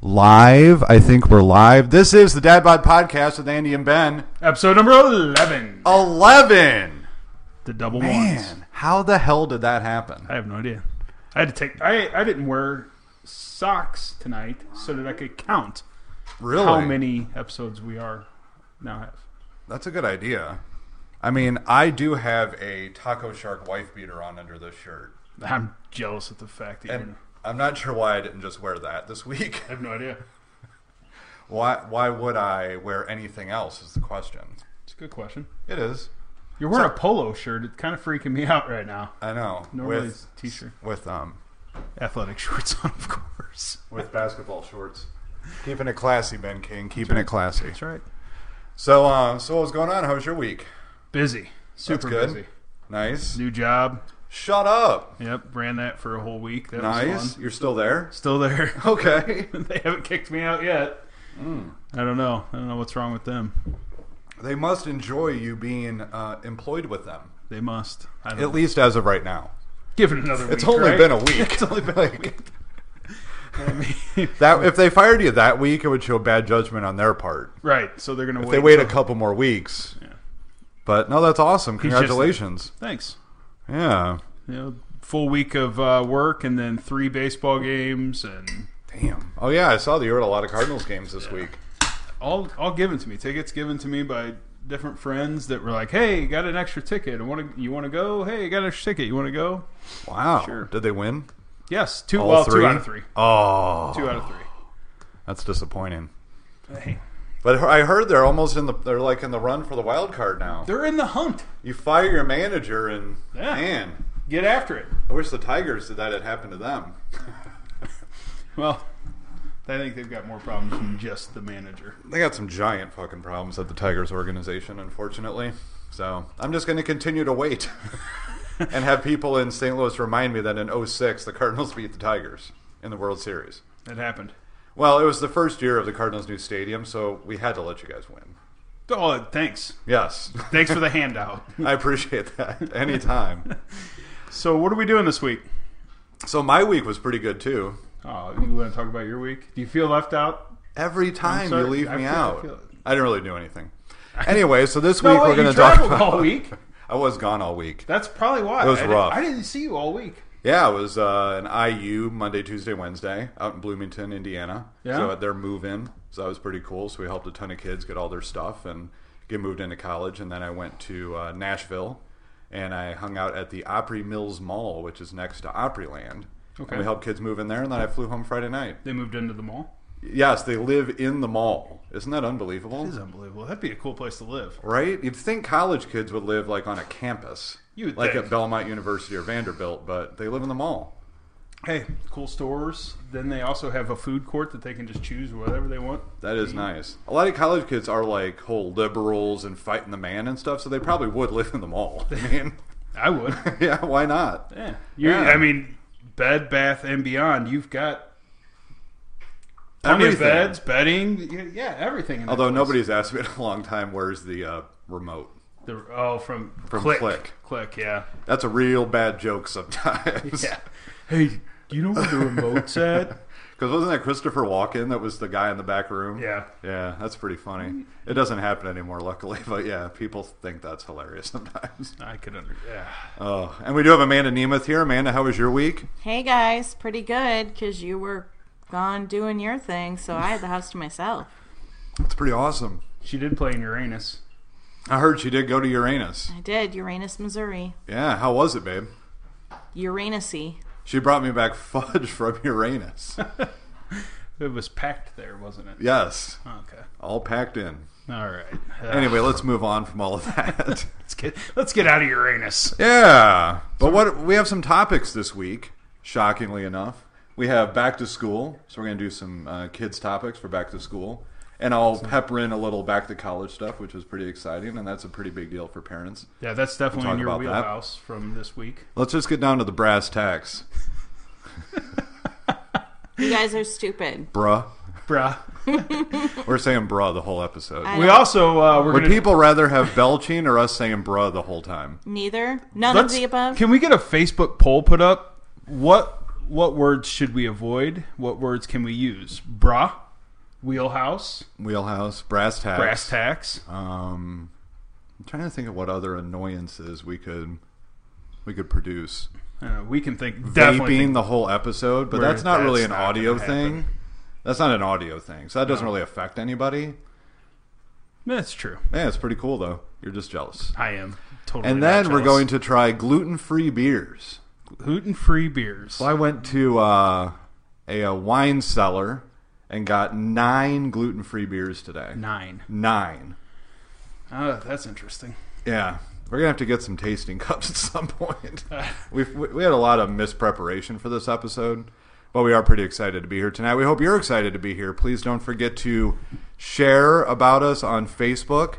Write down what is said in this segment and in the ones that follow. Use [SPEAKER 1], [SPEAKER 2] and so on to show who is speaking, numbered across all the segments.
[SPEAKER 1] live. I think we're live. This is the Dad Bod Podcast with Andy and Ben.
[SPEAKER 2] Episode number 11.
[SPEAKER 1] 11!
[SPEAKER 2] The double ones.
[SPEAKER 1] Man, how the hell did that happen?
[SPEAKER 2] I have no idea. I had to take, I, I didn't wear socks tonight so that I could count
[SPEAKER 1] Really?
[SPEAKER 2] how many episodes we are now have.
[SPEAKER 1] That's a good idea. I mean, I do have a Taco Shark wife beater on under this shirt.
[SPEAKER 2] I'm jealous of the fact that
[SPEAKER 1] And
[SPEAKER 2] you
[SPEAKER 1] I'm not sure why I didn't just wear that this week.
[SPEAKER 2] I have no idea.
[SPEAKER 1] Why, why would I wear anything else is the question.
[SPEAKER 2] It's a good question.
[SPEAKER 1] It is.
[SPEAKER 2] You're wearing a polo shirt. It's kind of freaking me out right now.
[SPEAKER 1] I know.
[SPEAKER 2] Normally it's
[SPEAKER 1] with
[SPEAKER 2] a t-shirt.
[SPEAKER 1] With um
[SPEAKER 2] Athletic shorts on, of course.
[SPEAKER 1] with basketball shorts. Keeping it classy, Ben King. Keeping it classy.
[SPEAKER 2] That's right.
[SPEAKER 1] So, uh, so what's going on? How was your week?
[SPEAKER 2] Busy. Super
[SPEAKER 1] good.
[SPEAKER 2] busy.
[SPEAKER 1] Nice.
[SPEAKER 2] New job.
[SPEAKER 1] Shut up.
[SPEAKER 2] Yep. Ran that for a whole week. That was
[SPEAKER 1] Nice.
[SPEAKER 2] fun.
[SPEAKER 1] You're still there.
[SPEAKER 2] Still there.
[SPEAKER 1] Okay. Hmm.
[SPEAKER 2] they haven't kicked me out yet. I don't know. I don't know what's wrong with them.
[SPEAKER 1] They must enjoy you being uh, employed with them,
[SPEAKER 2] They must. I don't know.
[SPEAKER 1] at least as of right now.
[SPEAKER 2] give it another week.
[SPEAKER 1] It's only
[SPEAKER 2] right?
[SPEAKER 1] been a week.
[SPEAKER 2] It's only been
[SPEAKER 1] Like,
[SPEAKER 2] a week. I mean,
[SPEAKER 1] That if they fired you that week, it would show bad judgment on their part.
[SPEAKER 2] right. So they're gonna
[SPEAKER 1] If
[SPEAKER 2] wait.
[SPEAKER 1] they wait a
[SPEAKER 2] until-
[SPEAKER 1] couple more weeks.
[SPEAKER 2] Yeah.
[SPEAKER 1] But no, that's awesome.
[SPEAKER 2] just-
[SPEAKER 1] Congratulations.
[SPEAKER 2] Thanks.
[SPEAKER 1] Yeah.
[SPEAKER 2] You know, full week of uh, work and then three baseball games and
[SPEAKER 1] Damn. Oh yeah, I saw that you were at a lot of Cardinals games this week.
[SPEAKER 2] all all given to me. Tickets given to me by different friends that were like, "Hey, got an extra ticket? I want to. You want to go? Hey, got an extra ticket? You want to go?
[SPEAKER 1] Wow.
[SPEAKER 2] Sure.
[SPEAKER 1] Did they win?
[SPEAKER 2] Yes. Two.
[SPEAKER 1] All
[SPEAKER 2] well,
[SPEAKER 1] three?
[SPEAKER 2] two out of three.
[SPEAKER 1] Oh,
[SPEAKER 2] Two out of three.
[SPEAKER 1] that's disappointing. Oh.
[SPEAKER 2] Hey,
[SPEAKER 1] But I heard they're almost in the they're like in the run for the wild card now.
[SPEAKER 2] they're in the hunt.
[SPEAKER 1] You fire your manager and
[SPEAKER 2] Yeah.
[SPEAKER 1] man,
[SPEAKER 2] Get after it.
[SPEAKER 1] I wish the Tigers did that had happened to them.
[SPEAKER 2] Well, I think they've got more problems than just the manager.
[SPEAKER 1] They got some giant fucking problems at the Tigers organization, unfortunately. So I'm just going to continue to wait and have people in St. Louis remind me that in 06, the Cardinals beat the Tigers in the World Series.
[SPEAKER 2] It happened.
[SPEAKER 1] Well, it was the first year of the Cardinals' new stadium, so we had to let you guys win.
[SPEAKER 2] Oh, thanks.
[SPEAKER 1] Yes.
[SPEAKER 2] Thanks for the handout.
[SPEAKER 1] I appreciate that. Anytime.
[SPEAKER 2] So, what are we doing this week?
[SPEAKER 1] So my week was pretty good too.
[SPEAKER 2] Oh, you want to talk about your week? Do you feel left out?
[SPEAKER 1] Every time
[SPEAKER 2] sorry,
[SPEAKER 1] you leave
[SPEAKER 2] I
[SPEAKER 1] me
[SPEAKER 2] feel- I
[SPEAKER 1] out,
[SPEAKER 2] feel it.
[SPEAKER 1] I, didn't really do anything. Anyway, so this
[SPEAKER 2] No,
[SPEAKER 1] week
[SPEAKER 2] wait,
[SPEAKER 1] we're going
[SPEAKER 2] you
[SPEAKER 1] to talk
[SPEAKER 2] traveled
[SPEAKER 1] about.
[SPEAKER 2] all week.
[SPEAKER 1] I was gone all week.
[SPEAKER 2] That's probably why.
[SPEAKER 1] It was
[SPEAKER 2] I
[SPEAKER 1] rough.
[SPEAKER 2] Didn't, I didn't see you all week.
[SPEAKER 1] Yeah, it was uh, an IU Monday, Tuesday, Wednesday out in Bloomington, Indiana.
[SPEAKER 2] Yeah.
[SPEAKER 1] So at their move in, so that was pretty cool. So we helped a ton of kids get all their stuff and get moved into college. And then I went to uh, Nashville and I hung out at the Opry Mills Mall, which is next to Opryland.
[SPEAKER 2] Okay.
[SPEAKER 1] And we helped kids move in there, and then I flew home Friday night.
[SPEAKER 2] They moved into the mall.
[SPEAKER 1] Yes, they live in the mall. Isn't that unbelievable?
[SPEAKER 2] It is unbelievable. That'd be a cool place to live.
[SPEAKER 1] Right? You'd think college kids would live like on a campus,
[SPEAKER 2] You would
[SPEAKER 1] like
[SPEAKER 2] think.
[SPEAKER 1] at Belmont University or Vanderbilt, but they live in the mall.
[SPEAKER 2] Hey, cool stores. Then they also have a food court that they can just choose whatever they want.
[SPEAKER 1] That is nice. A lot of college kids are like whole liberals and fighting the man and stuff, so they probably would live in the mall. I mean,
[SPEAKER 2] I would.
[SPEAKER 1] yeah, why not?
[SPEAKER 2] Yeah. You,
[SPEAKER 1] Yeah.
[SPEAKER 2] I mean, Bed Bath and Beyond. You've got plenty
[SPEAKER 1] Everything.
[SPEAKER 2] of beds, bedding, y- yeah, everything. In that
[SPEAKER 1] Although
[SPEAKER 2] place.
[SPEAKER 1] nobody's asked me in a long time, where's the uh, remote?
[SPEAKER 2] The- oh, from
[SPEAKER 1] From
[SPEAKER 2] click,
[SPEAKER 1] Click.
[SPEAKER 2] click, yeah,
[SPEAKER 1] That's a real bad joke sometimes.
[SPEAKER 2] yeah. Hey, do you know where the remote's at?
[SPEAKER 1] Because wasn't that Christopher Walken that was the guy in the back room?
[SPEAKER 2] Yeah.
[SPEAKER 1] Yeah, that's pretty funny. It doesn't happen anymore, luckily, but yeah, people think that's hilarious sometimes.
[SPEAKER 2] I could under. Yeah.
[SPEAKER 1] Oh, and we do have Amanda Nemeth here. Amanda, how was your week?
[SPEAKER 3] Hey guys, pretty good because you were gone doing your thing, so I had the house to myself.
[SPEAKER 1] It's pretty awesome.
[SPEAKER 2] She did play in Uranus.
[SPEAKER 1] I heard she did go to Uranus.
[SPEAKER 3] I did Uranus, Missouri,
[SPEAKER 1] Yeah, how was it, babe?
[SPEAKER 3] Uranusy.
[SPEAKER 1] She brought me back fudge from Uranus.
[SPEAKER 2] It was packed there, wasn't it?
[SPEAKER 1] Yes,
[SPEAKER 2] Okay.
[SPEAKER 1] all packed in.
[SPEAKER 2] All right. Uh,
[SPEAKER 1] Anyway, let's move on from all of that.
[SPEAKER 2] let's get let's get out of Uranus.
[SPEAKER 1] Yeah, but what we have some topics this week. Shockingly enough, we have back to school, so we're going to do some uh, kids topics for back to school, and I'll pepper in a little back to college stuff, which is pretty exciting, and that's a pretty big deal for parents.
[SPEAKER 2] Yeah, that's definitely
[SPEAKER 1] We'll
[SPEAKER 2] in your
[SPEAKER 1] talk about that.
[SPEAKER 2] wheelhouse from this week.
[SPEAKER 1] Let's just get down to the brass tacks,
[SPEAKER 3] You guys are stupid.
[SPEAKER 1] bruh.
[SPEAKER 2] Bruh.
[SPEAKER 1] We're saying bruh the whole episode.
[SPEAKER 3] I-
[SPEAKER 2] We also uh, we're
[SPEAKER 1] Would
[SPEAKER 2] gonna
[SPEAKER 1] people rather have belching or us saying bruh the whole time?
[SPEAKER 3] Neither, none
[SPEAKER 2] Let's-
[SPEAKER 3] of the above.
[SPEAKER 2] Can we get a Facebook poll put up? What what words should we avoid? What words can we use? Bra, wheelhouse,
[SPEAKER 1] Wheelhouse, brass tacks.
[SPEAKER 2] brass tacks.
[SPEAKER 1] Um, I'm trying to think of what other annoyances we could we could produce.
[SPEAKER 2] Uh, we can think definitely.
[SPEAKER 1] Vaping
[SPEAKER 2] think-
[SPEAKER 1] the whole episode, but
[SPEAKER 2] Where
[SPEAKER 1] that's not really an
[SPEAKER 2] that's not
[SPEAKER 1] audio
[SPEAKER 2] gonna happen.
[SPEAKER 1] thing. That's not an audio thing, so that doesn't
[SPEAKER 2] No.
[SPEAKER 1] really affect anybody.
[SPEAKER 2] That's true.
[SPEAKER 1] Yeah, it's pretty cool though. You're just jealous.
[SPEAKER 2] I am totally.
[SPEAKER 1] And then we're going to try gluten-free beers.
[SPEAKER 2] gluten-free beers.
[SPEAKER 1] So I went to uh, a, a wine cellar and got nine gluten-free beers today.
[SPEAKER 2] Nine.
[SPEAKER 1] Nine.
[SPEAKER 2] Oh, that's interesting.
[SPEAKER 1] Yeah, we're gonna have to get some tasting cups at some point. We've, we we had a lot of mispreparation for this episode, but we are pretty excited to be here tonight. We hope you're excited to be here. Please don't forget to share about us on Facebook.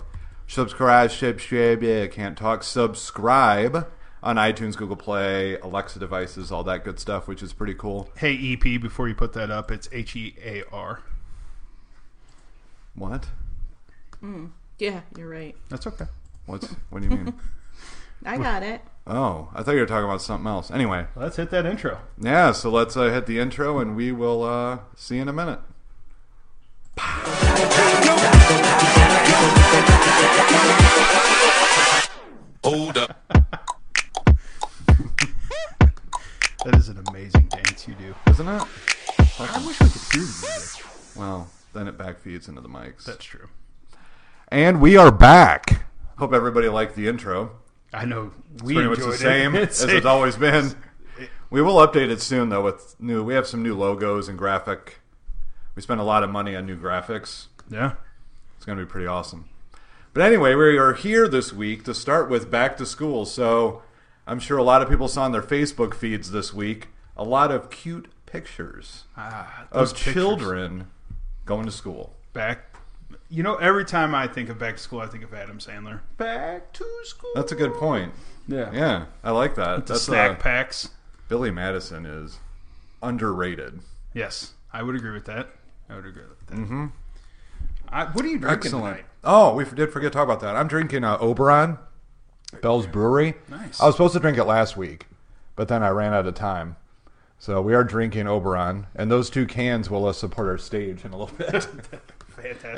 [SPEAKER 1] Subscribe, subscribe. Yeah, I can't talk. Subscribe on iTunes, Google Play, Alexa devices, all that good stuff, which is pretty cool.
[SPEAKER 2] Hey, EP. Before you put that up, it's H E A R.
[SPEAKER 1] What?
[SPEAKER 3] Yeah, you're right.
[SPEAKER 2] That's okay.
[SPEAKER 1] What's? What do you mean?
[SPEAKER 3] I got it.
[SPEAKER 1] Oh, I thought you were talking about something else. Anyway,
[SPEAKER 2] Let's hit that intro.
[SPEAKER 1] yeah. So let's uh, hit the intro, and we will uh, see you in a minute.
[SPEAKER 4] Hold up.
[SPEAKER 2] That is an amazing dance you do.
[SPEAKER 1] Isn't it?
[SPEAKER 2] I wish we could hear the music.
[SPEAKER 1] Well, then it backfeeds into the mics.
[SPEAKER 2] That's true.
[SPEAKER 1] and we are back. Hope everybody liked the intro.
[SPEAKER 2] I know we
[SPEAKER 1] It's pretty much the
[SPEAKER 2] enjoyed it.
[SPEAKER 1] same
[SPEAKER 2] It's
[SPEAKER 1] as it's always been. We will update it soon, though. With new, we have some new logos and graphic. We spent a lot of money on new graphics.
[SPEAKER 2] Yeah.
[SPEAKER 1] It's going to be pretty awesome. But anyway, we are here this week to start with back to school. So I'm sure a lot of people saw on their Facebook feeds this week a lot of cute pictures
[SPEAKER 2] Ah, those
[SPEAKER 1] of
[SPEAKER 2] pictures.
[SPEAKER 1] children going to school.
[SPEAKER 2] back. You know, every time I think of back to school, I think of Adam Sandler. Back to school.
[SPEAKER 1] That's a good point.
[SPEAKER 2] yeah.
[SPEAKER 1] Yeah, I like that.
[SPEAKER 2] The
[SPEAKER 1] That's
[SPEAKER 2] snack
[SPEAKER 1] uh,
[SPEAKER 2] packs.
[SPEAKER 1] Billy Madison is underrated.
[SPEAKER 2] Yes, I would agree with that. I would agree with that. Mm-hmm. I, what are you drinking
[SPEAKER 1] Excellent.
[SPEAKER 2] tonight?
[SPEAKER 1] Oh, we did forget to talk about that. I'm drinking uh, Oberon, Bell's Brewery.
[SPEAKER 2] Nice.
[SPEAKER 1] I was supposed to drink it last week, but then I ran out of time. So we are drinking Oberon, and those two cans will uh, support our stage in a little bit.
[SPEAKER 2] Fantastic.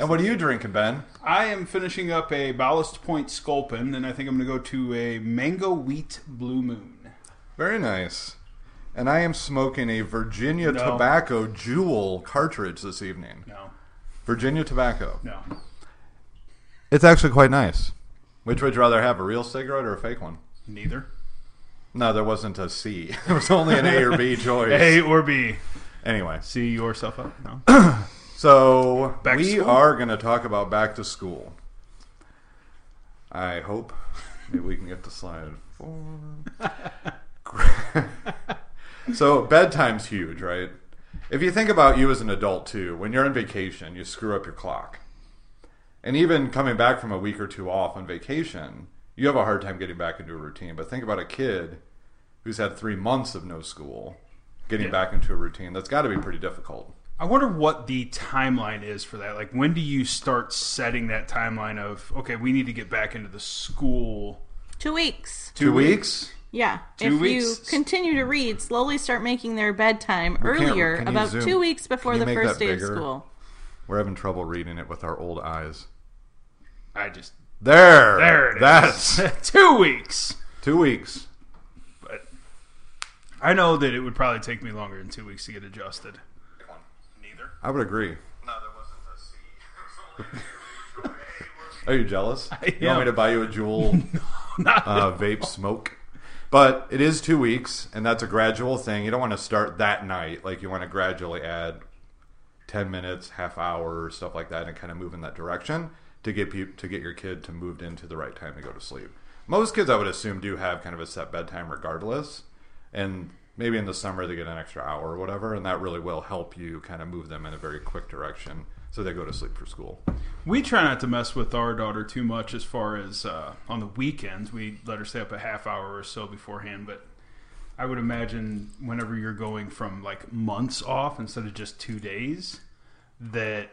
[SPEAKER 1] and what are you drinking, Ben?
[SPEAKER 2] I am finishing up a Ballast Point Sculpin, and I think I'm going to go to a Mango Wheat Blue Moon.
[SPEAKER 1] Very nice. And I am smoking a Virginia
[SPEAKER 2] No.
[SPEAKER 1] Tobacco Jewel cartridge this evening.
[SPEAKER 2] No,
[SPEAKER 1] Virginia Tobacco.
[SPEAKER 2] no.
[SPEAKER 1] It's actually quite nice. Which would you rather have, a real cigarette or a fake one?
[SPEAKER 2] Neither.
[SPEAKER 1] No, there wasn't a C. There was only an A or B choice.
[SPEAKER 2] A or B.
[SPEAKER 1] Anyway,
[SPEAKER 2] See yourself up. No.
[SPEAKER 1] so
[SPEAKER 2] Back to
[SPEAKER 1] we
[SPEAKER 2] school?
[SPEAKER 1] are going to talk about back to school. I hope maybe we can get to slide four. so bedtime's huge, right? If you think about you as an adult too, when you're on vacation, you screw up your clock. And even coming back from a week or two off on vacation, you have a hard time getting back into a routine. But think about a kid who's had three months of no school getting
[SPEAKER 2] Yeah.
[SPEAKER 1] back into a routine. That's got to be pretty difficult.
[SPEAKER 2] I wonder what the timeline is for that. Like, when do you start setting that timeline of okay, we need to get back into the school?
[SPEAKER 3] Two weeks.
[SPEAKER 1] Two, weeks?
[SPEAKER 3] Yeah.
[SPEAKER 2] Two
[SPEAKER 3] if
[SPEAKER 2] weeks.
[SPEAKER 3] you continue to read, slowly start making their bedtime
[SPEAKER 1] can't-
[SPEAKER 3] earlier,
[SPEAKER 1] can you
[SPEAKER 3] about
[SPEAKER 1] zoom-
[SPEAKER 3] two weeks before
[SPEAKER 1] can you
[SPEAKER 3] the
[SPEAKER 1] make
[SPEAKER 3] first
[SPEAKER 1] that
[SPEAKER 3] day
[SPEAKER 1] bigger?
[SPEAKER 3] of school.
[SPEAKER 1] We're having trouble reading it with our old eyes.
[SPEAKER 2] I just
[SPEAKER 1] There.
[SPEAKER 2] there it is.
[SPEAKER 1] That's
[SPEAKER 2] two weeks.
[SPEAKER 1] two weeks.
[SPEAKER 2] But I know that it would probably take me longer than two weeks to get adjusted. Neither.
[SPEAKER 1] I would agree. Are you jealous? You want
[SPEAKER 2] am.
[SPEAKER 1] me to buy you a jewel
[SPEAKER 2] Not
[SPEAKER 1] uh, vape smoke? But it is two weeks, and that's a gradual thing. You don't want to start that night. Like you want to gradually add ten minutes, half hour, stuff like that, and kind of move in that direction to get peop to get your kid to moved into the right time to go to sleep. Most kids, I would assume, do have kind of a set bedtime regardless, and maybe in the summer they get an extra hour or whatever, and that really will help you kind of move them in a very quick direction so they go to sleep for school.
[SPEAKER 2] We try not to mess with our daughter too much as far as uh, on the weekends. We let her stay up a half hour or so beforehand, but I would imagine whenever you're going from like months off instead of just two days, that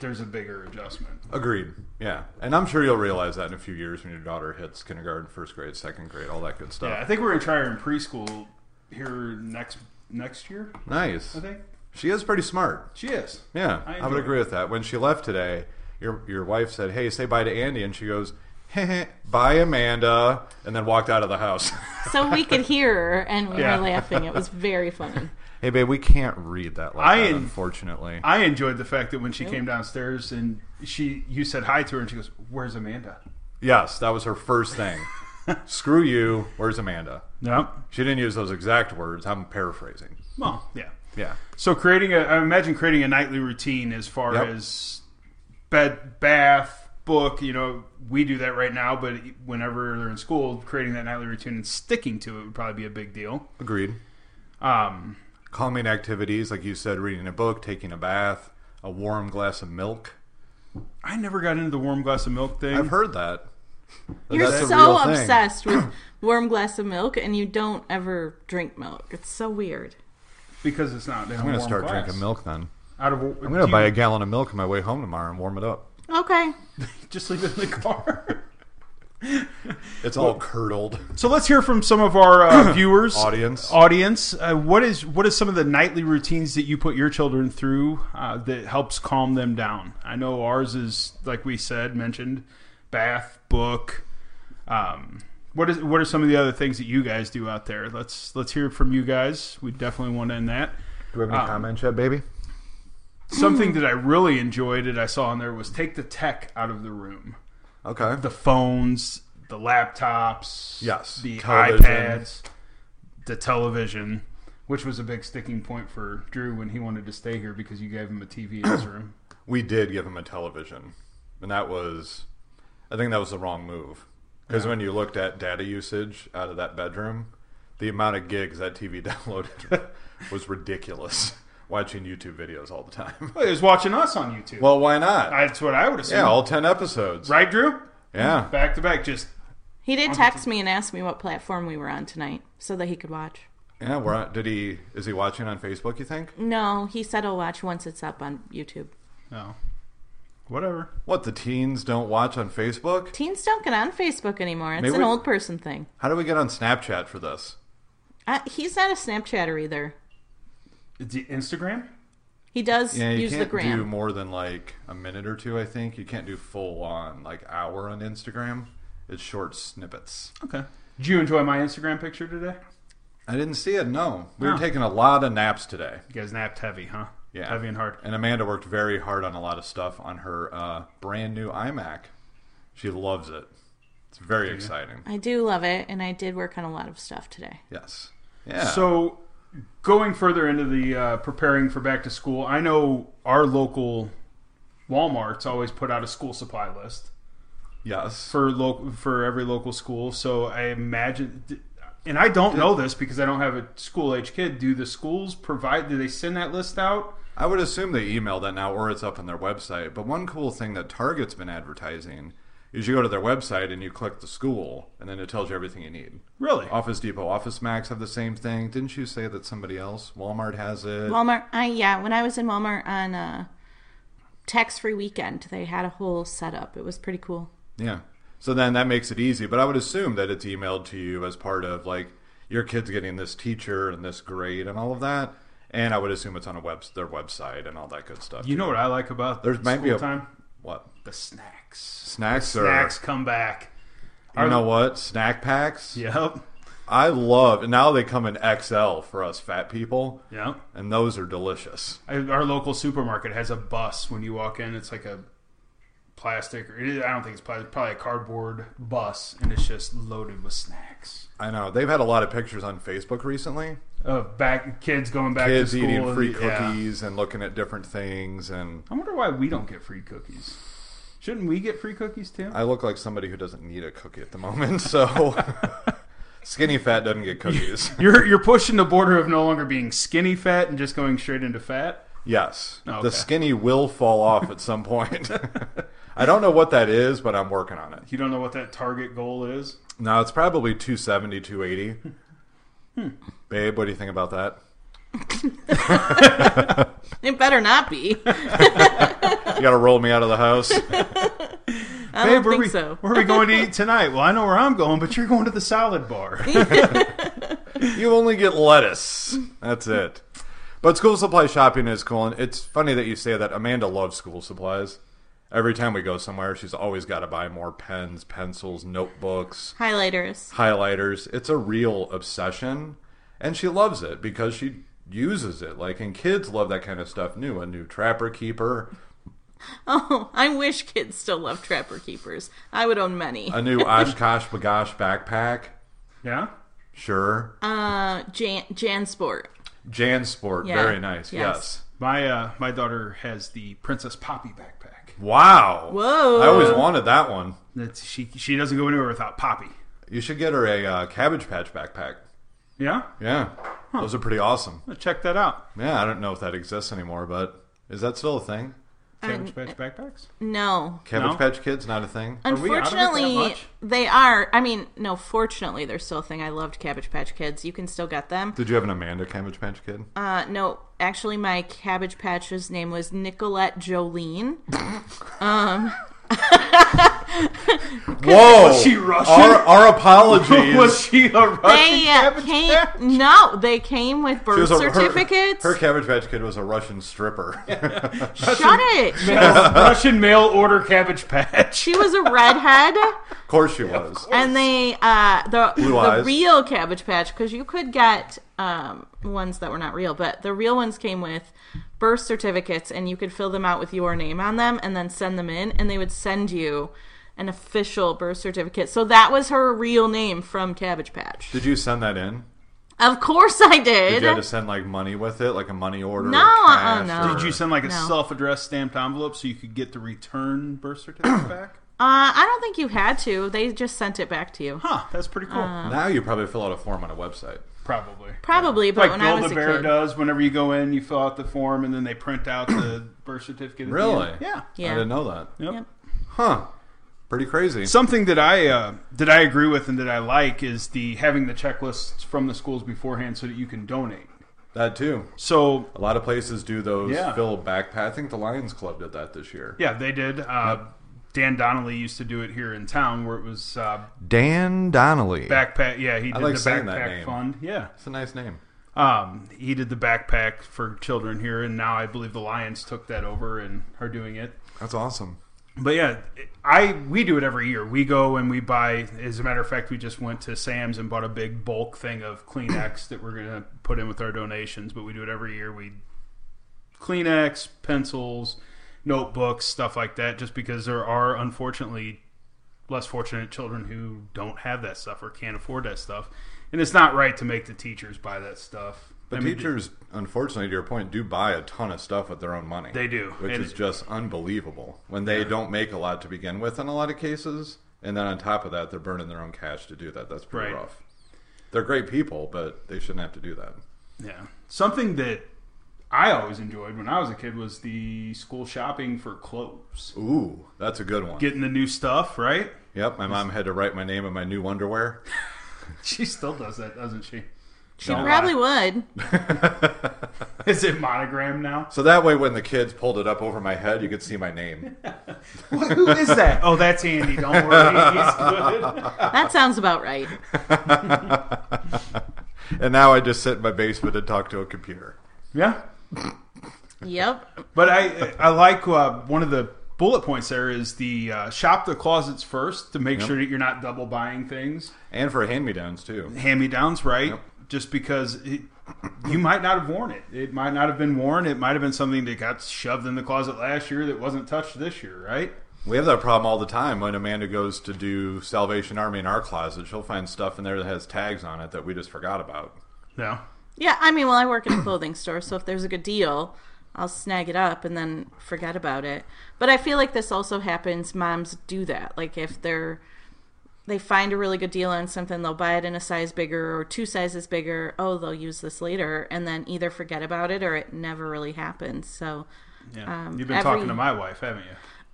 [SPEAKER 2] there's a bigger adjustment.
[SPEAKER 1] Agreed. Yeah, and I'm sure you'll realize that in a few years when your daughter hits kindergarten, first grade, second grade, all that good stuff.
[SPEAKER 2] Yeah, I think we're going to try her in preschool here next next year.
[SPEAKER 1] Nice.
[SPEAKER 2] I think
[SPEAKER 1] She is pretty smart.
[SPEAKER 2] she is.
[SPEAKER 1] Yeah,
[SPEAKER 2] I
[SPEAKER 1] I, would
[SPEAKER 2] enjoy
[SPEAKER 1] agree with that. When she left today, your your wife said, "Hey, say bye to Andy," and she goes, "Heh heh, "Bye, Amanda," and then walked out of the house.
[SPEAKER 3] So we could hear her, and we
[SPEAKER 2] Yeah.
[SPEAKER 3] were laughing. It was very funny.
[SPEAKER 1] hey, babe, we can't read that. Like
[SPEAKER 2] I
[SPEAKER 1] that,
[SPEAKER 2] en-
[SPEAKER 1] unfortunately.
[SPEAKER 2] I enjoyed the fact that when she came downstairs and she you said hi to her and she goes, "Where's Amanda?"
[SPEAKER 1] yes, that was her first thing. Screw you. Where's Amanda?
[SPEAKER 2] No.
[SPEAKER 1] She didn't use those exact words. I'm paraphrasing.
[SPEAKER 2] Well, yeah.
[SPEAKER 1] Yeah.
[SPEAKER 2] So creating a, I imagine creating a nightly routine as far
[SPEAKER 1] Yep.
[SPEAKER 2] as bed, bath, book. You know, we do that right now, but whenever they're in school, creating that nightly routine and sticking to it would probably be a big deal.
[SPEAKER 1] Agreed.
[SPEAKER 2] Um,
[SPEAKER 1] Calming activities, like you said, reading a book, taking a bath, a warm glass of milk.
[SPEAKER 2] I never got into the warm glass of milk thing.
[SPEAKER 1] I've heard that.
[SPEAKER 3] You're
[SPEAKER 1] That's a
[SPEAKER 3] so
[SPEAKER 1] real thing.
[SPEAKER 3] obsessed with warm glass of milk, and you don't ever drink milk. It's so weird.
[SPEAKER 2] because it's not.
[SPEAKER 1] I'm going to start drinking milk then.
[SPEAKER 2] Out of
[SPEAKER 1] I'm going to buy a gallon of milk on my way home tomorrow and warm it up.
[SPEAKER 3] Okay.
[SPEAKER 2] Just leave it in the car.
[SPEAKER 1] It's all curdled.
[SPEAKER 2] so let's hear from some of our uh, viewers,
[SPEAKER 1] Audience.
[SPEAKER 2] audience. Uh, what is what is some of the nightly routines that you put your children through uh, that helps calm them down? I know ours is like we said mentioned, bath, book. Um, what is what are some of the other things that you guys do out there? Let's let's hear from you guys. We definitely want to end that.
[SPEAKER 1] Do we have any comments yet, baby?
[SPEAKER 2] Something that I really enjoyed that I saw on there was take the tech out of the room.
[SPEAKER 1] Okay.
[SPEAKER 2] the phones, the laptops,
[SPEAKER 1] Yes.
[SPEAKER 2] the
[SPEAKER 1] Television.
[SPEAKER 2] iPads, the television, which was a big sticking point for Drew when he wanted to stay here because you gave him a TV in his room.
[SPEAKER 1] we did give him a television, and that was, I think that was the wrong move. Because when you looked at data usage out of that bedroom, the amount of gigs that TV downloaded was ridiculous. Watching YouTube videos all the time.
[SPEAKER 2] Well, he was watching us on YouTube.
[SPEAKER 1] Well, why not?
[SPEAKER 2] That's what I would assume.
[SPEAKER 1] yeah, all ten episodes.
[SPEAKER 2] right, Drew?
[SPEAKER 1] Yeah.
[SPEAKER 2] Back to back, just
[SPEAKER 3] He did text me and ask me what platform we were on tonight so that he could watch.
[SPEAKER 1] Yeah. We're on, did he? Is he watching on Facebook? You think?
[SPEAKER 3] No, he said he'll watch once it's up on YouTube.
[SPEAKER 2] no. Whatever.
[SPEAKER 1] What the teens don't watch on Facebook?
[SPEAKER 3] Teens don't get on Facebook anymore. It's
[SPEAKER 1] Maybe
[SPEAKER 3] an
[SPEAKER 1] we-
[SPEAKER 3] old person thing.
[SPEAKER 1] How do we get on Snapchat for this?
[SPEAKER 3] Uh, he's not a Snapchatter either.
[SPEAKER 2] It's the Instagram?
[SPEAKER 3] He does
[SPEAKER 1] Yeah, you
[SPEAKER 3] use the
[SPEAKER 1] can't do
[SPEAKER 3] gram.
[SPEAKER 1] more than like a minute or two. I think you can't do full on like hour on Instagram. It's short snippets.
[SPEAKER 2] Okay. Did you enjoy my Instagram picture today?
[SPEAKER 1] I didn't see it. No, we
[SPEAKER 2] Oh.
[SPEAKER 1] were taking a lot of naps today,
[SPEAKER 2] You guys napped heavy, huh?
[SPEAKER 1] Yeah.
[SPEAKER 2] Heavy and hard.
[SPEAKER 1] and Amanda worked very hard on a lot of stuff on her uh, brand new iMac. She loves it. It's very exciting.
[SPEAKER 3] I do love it, and I did work on a lot of stuff today.
[SPEAKER 1] Yes. Yeah.
[SPEAKER 2] So, going further into the uh, preparing for back to school, I know our local Walmart's always put out a school supply list
[SPEAKER 1] yes.
[SPEAKER 2] for local for every local school. So I imagine, and I don't know this because I don't have a school age kid. Do the schools provide? Do they send that list out?
[SPEAKER 1] I would assume they email that now or it's up on their website. But one cool thing that Target's been advertising is you go to their website and you click the school, and then it tells you everything you need.
[SPEAKER 2] Really?
[SPEAKER 1] Office Depot, Office Max have the same thing. Didn't you say that somebody else? Walmart has it.
[SPEAKER 3] Walmart. I yeah, when I was in Walmart on uh, tax free weekend, they had a whole setup. It was pretty cool.
[SPEAKER 1] yeah. So then that makes it easy, but I would assume that it's emailed to you as part of like your kid's getting this teacher and this grade and all of that. And I would assume it's on a web their website and all that good stuff.
[SPEAKER 2] You
[SPEAKER 1] too.
[SPEAKER 2] know what I like about
[SPEAKER 1] There's might be
[SPEAKER 2] school
[SPEAKER 1] a-
[SPEAKER 2] time?
[SPEAKER 1] what
[SPEAKER 2] The snacks.
[SPEAKER 1] snacks are?
[SPEAKER 2] Snacks come back.
[SPEAKER 1] You know what snack packs?
[SPEAKER 2] Yep.
[SPEAKER 1] I love and now they come in XL for us fat people,
[SPEAKER 2] Yep.
[SPEAKER 1] and those are delicious.
[SPEAKER 2] I, our local supermarket has a bus when you walk in. It's like a plastic, or I don't think it's plastic, probably a cardboard bus, and it's just loaded with snacks.
[SPEAKER 1] I know they've had a lot of pictures on Facebook recently.
[SPEAKER 2] Of back kids going back
[SPEAKER 1] kids
[SPEAKER 2] to school,
[SPEAKER 1] eating free
[SPEAKER 2] and- yeah.
[SPEAKER 1] cookies and looking at different things and
[SPEAKER 2] I wonder why we don't get free cookies. Shouldn't we get free cookies too?
[SPEAKER 1] i look like somebody who doesn't need a cookie at the moment so skinny fat doesn't get cookies
[SPEAKER 2] You're you're pushing the border of no longer being skinny fat and just going straight into fat.
[SPEAKER 1] yes
[SPEAKER 2] Oh, okay.
[SPEAKER 1] the skinny will fall off at some point i don't know what that is but i'm working on it
[SPEAKER 2] You don't know what that target goal is.
[SPEAKER 1] now it's probably 270 280
[SPEAKER 2] Hmm.
[SPEAKER 1] babe what do you think about that
[SPEAKER 3] It better not be.
[SPEAKER 1] you gotta roll me out of the house
[SPEAKER 3] I don't
[SPEAKER 2] where
[SPEAKER 3] think
[SPEAKER 2] we,
[SPEAKER 3] so.
[SPEAKER 2] Where are we going to eat tonight? Well, I know where I'm going, but you're going to the salad bar.
[SPEAKER 1] you only get lettuce. That's it. But school supply shopping is cool, and it's funny that you say that. Amanda loves school supplies. Every time we go somewhere, she's always got to buy more pens, pencils, notebooks,
[SPEAKER 3] Highlighters.
[SPEAKER 1] highlighters. It's a real obsession, and she loves it because she uses it. Like, and kids love that kind of stuff. New, a new trapper keeper,
[SPEAKER 3] Oh, I wish kids still love Trapper Keepers. I would own many.
[SPEAKER 1] a new Oshkosh Bagosh backpack.
[SPEAKER 2] Yeah.
[SPEAKER 1] Sure,
[SPEAKER 3] Uh, Jan Jansport.
[SPEAKER 1] JanSport,
[SPEAKER 3] yeah,
[SPEAKER 1] very nice.
[SPEAKER 3] yes.
[SPEAKER 1] yes.
[SPEAKER 2] My uh, my daughter has the Princess Poppy backpack.
[SPEAKER 1] Wow.
[SPEAKER 3] Whoa.
[SPEAKER 1] I always wanted that one.
[SPEAKER 2] That's she she doesn't go anywhere without Poppy.
[SPEAKER 1] You should get her a uh, Cabbage Patch backpack.
[SPEAKER 2] Yeah.
[SPEAKER 1] Yeah. Those are pretty awesome.
[SPEAKER 2] Let's check that out.
[SPEAKER 1] Yeah, I don't know if that exists anymore, but is that still a thing?
[SPEAKER 3] Um,
[SPEAKER 2] Cabbage Patch backpacks.
[SPEAKER 3] No.
[SPEAKER 1] Cabbage
[SPEAKER 2] No.
[SPEAKER 1] Patch Kids, not a thing?
[SPEAKER 2] we out of it that
[SPEAKER 3] Unfortunately,
[SPEAKER 2] much?
[SPEAKER 3] they are. I mean, no, fortunately, they're still a thing. I loved Cabbage Patch Kids. You can still get them.
[SPEAKER 1] Did you have an Amanda Cabbage Patch Kid?
[SPEAKER 3] Uh, no, actually, my Cabbage Patch's name was Nicolette Jolene.
[SPEAKER 1] Whoa!
[SPEAKER 2] Was she Russian?
[SPEAKER 1] Our, our apologies.
[SPEAKER 2] Was she a Russian
[SPEAKER 3] They uh,
[SPEAKER 2] Cabbage
[SPEAKER 3] came.
[SPEAKER 2] Patch?
[SPEAKER 3] No, they came with
[SPEAKER 1] She was
[SPEAKER 3] birth
[SPEAKER 1] a- her-
[SPEAKER 3] certificates.
[SPEAKER 1] Her, Cabbage Patch Kid was a Russian stripper.
[SPEAKER 3] Shut it.
[SPEAKER 2] Russian mail order Cabbage Patch.
[SPEAKER 3] She was a redhead,
[SPEAKER 1] of course she was.
[SPEAKER 3] and they uh, the the
[SPEAKER 1] eyes.
[SPEAKER 3] real Cabbage Patch because you could get um, ones that were not real, but the real ones came with birth certificates, and you could fill them out with your name on them, and then send them in, and they would send you an official birth certificate. So that was her real name from Cabbage Patch.
[SPEAKER 1] Did you send that in?
[SPEAKER 3] Of course, I
[SPEAKER 1] Did
[SPEAKER 3] did.
[SPEAKER 1] you have to send like money with it, like a money order?
[SPEAKER 3] No,
[SPEAKER 1] or
[SPEAKER 3] uh-uh,
[SPEAKER 1] cash
[SPEAKER 3] no.
[SPEAKER 1] or-
[SPEAKER 2] Did you send like a
[SPEAKER 3] No.
[SPEAKER 2] self-addressed stamped envelope so you could get the return birth certificate back?
[SPEAKER 3] Uh, I don't think you had to. They just sent it back to you.
[SPEAKER 2] Huh, that's pretty cool.
[SPEAKER 3] Uh,
[SPEAKER 1] Now you probably fill out a form on a website.
[SPEAKER 2] Probably.
[SPEAKER 3] Probably, but
[SPEAKER 2] Like
[SPEAKER 3] when
[SPEAKER 2] Bill
[SPEAKER 3] I was
[SPEAKER 2] the
[SPEAKER 3] a
[SPEAKER 2] Bear
[SPEAKER 3] kid,
[SPEAKER 2] does, whenever you go in, you fill out the form and then they print out the birth certificate. at the
[SPEAKER 1] Really?
[SPEAKER 2] end. Yeah.
[SPEAKER 1] I
[SPEAKER 3] yeah,
[SPEAKER 1] didn't know that.
[SPEAKER 2] Yep.
[SPEAKER 3] Yep.
[SPEAKER 1] Huh. Pretty crazy.
[SPEAKER 2] Something that I uh, that I agree with and that I like is the having the checklists from the schools beforehand so that you can donate.
[SPEAKER 1] that too.
[SPEAKER 2] So
[SPEAKER 1] A lot of places do those
[SPEAKER 2] Yeah.
[SPEAKER 1] fill backpack. I think the Lions Club did that this year.
[SPEAKER 2] yeah, they did. Uh, Dan Donnelly used to do it here in town where it was uh,
[SPEAKER 1] Dan Donnelly.
[SPEAKER 2] backpack. Yeah, he did
[SPEAKER 1] like
[SPEAKER 2] the
[SPEAKER 1] saying that
[SPEAKER 2] backpack
[SPEAKER 1] name.
[SPEAKER 2] fund. Yeah.
[SPEAKER 1] That's a nice name.
[SPEAKER 2] Um, he did the backpack for children here, and now I believe the Lions took that over and are doing it.
[SPEAKER 1] That's awesome.
[SPEAKER 2] But yeah, I we do it every year. We go and we buy. As a matter of fact, we just went to Sam's and bought a big bulk thing of Kleenex that we're gonna put in with our donations. But we do it every year. We Kleenex, pencils, notebooks, stuff like that, just because there are unfortunately less fortunate children who don't have that stuff or can't afford that stuff. And it's not right to make the teachers buy that stuff.
[SPEAKER 1] But
[SPEAKER 2] I mean,
[SPEAKER 1] teachers, unfortunately, to your point, do buy a ton of stuff with their own money.
[SPEAKER 2] They do.
[SPEAKER 1] Which
[SPEAKER 2] And-
[SPEAKER 1] is just unbelievable when they don't make a lot to begin with in a lot of cases. And then on top of that, they're burning their own cash to do that. That's pretty
[SPEAKER 2] Right.
[SPEAKER 1] rough. They're great people, but they shouldn't have to do that.
[SPEAKER 2] Yeah. Something that I always enjoyed when I was a kid was the school shopping for clothes.
[SPEAKER 1] Ooh, that's a good one.
[SPEAKER 2] Getting the new stuff, right?
[SPEAKER 1] yep, my mom had to write my name in my new underwear.
[SPEAKER 2] She still does that, doesn't she?
[SPEAKER 3] she probably would.
[SPEAKER 2] Is it monogrammed now?
[SPEAKER 1] So that way, when the kids pulled it up over my head, you could see my name.
[SPEAKER 2] Who is that? Oh, that's Andy. Don't worry. He's good.
[SPEAKER 3] That sounds about right.
[SPEAKER 1] and now I just sit in my basement and talk to a computer.
[SPEAKER 2] Yeah.
[SPEAKER 3] Yep.
[SPEAKER 2] But I I like uh, one of the bullet points there is the uh, shop the closets first to make sure that you're not double buying things.
[SPEAKER 1] And for hand me downs, too.
[SPEAKER 2] hand me downs, right?
[SPEAKER 1] Yep.
[SPEAKER 2] Just because it, you might not have worn it. It might not have been worn. It might have been something that got shoved in the closet last year that wasn't touched this year, right?
[SPEAKER 1] We have that problem all the time when Amanda goes to do Salvation Army in our closet. She'll find stuff in there that has tags on it that we just forgot about.
[SPEAKER 2] No.
[SPEAKER 3] Yeah, I mean, well, I work in a clothing store, so if there's a good deal, I'll snag it up and then forget about it. But I feel like this also happens. Moms do that. Like if they're they find a really good deal on something, they'll buy it in a size bigger or two sizes bigger. Oh, they'll use this later, and then either forget about it or it never really happens. So
[SPEAKER 2] Yeah.
[SPEAKER 3] Um,
[SPEAKER 2] You've been
[SPEAKER 3] every-
[SPEAKER 2] talking to my wife, haven't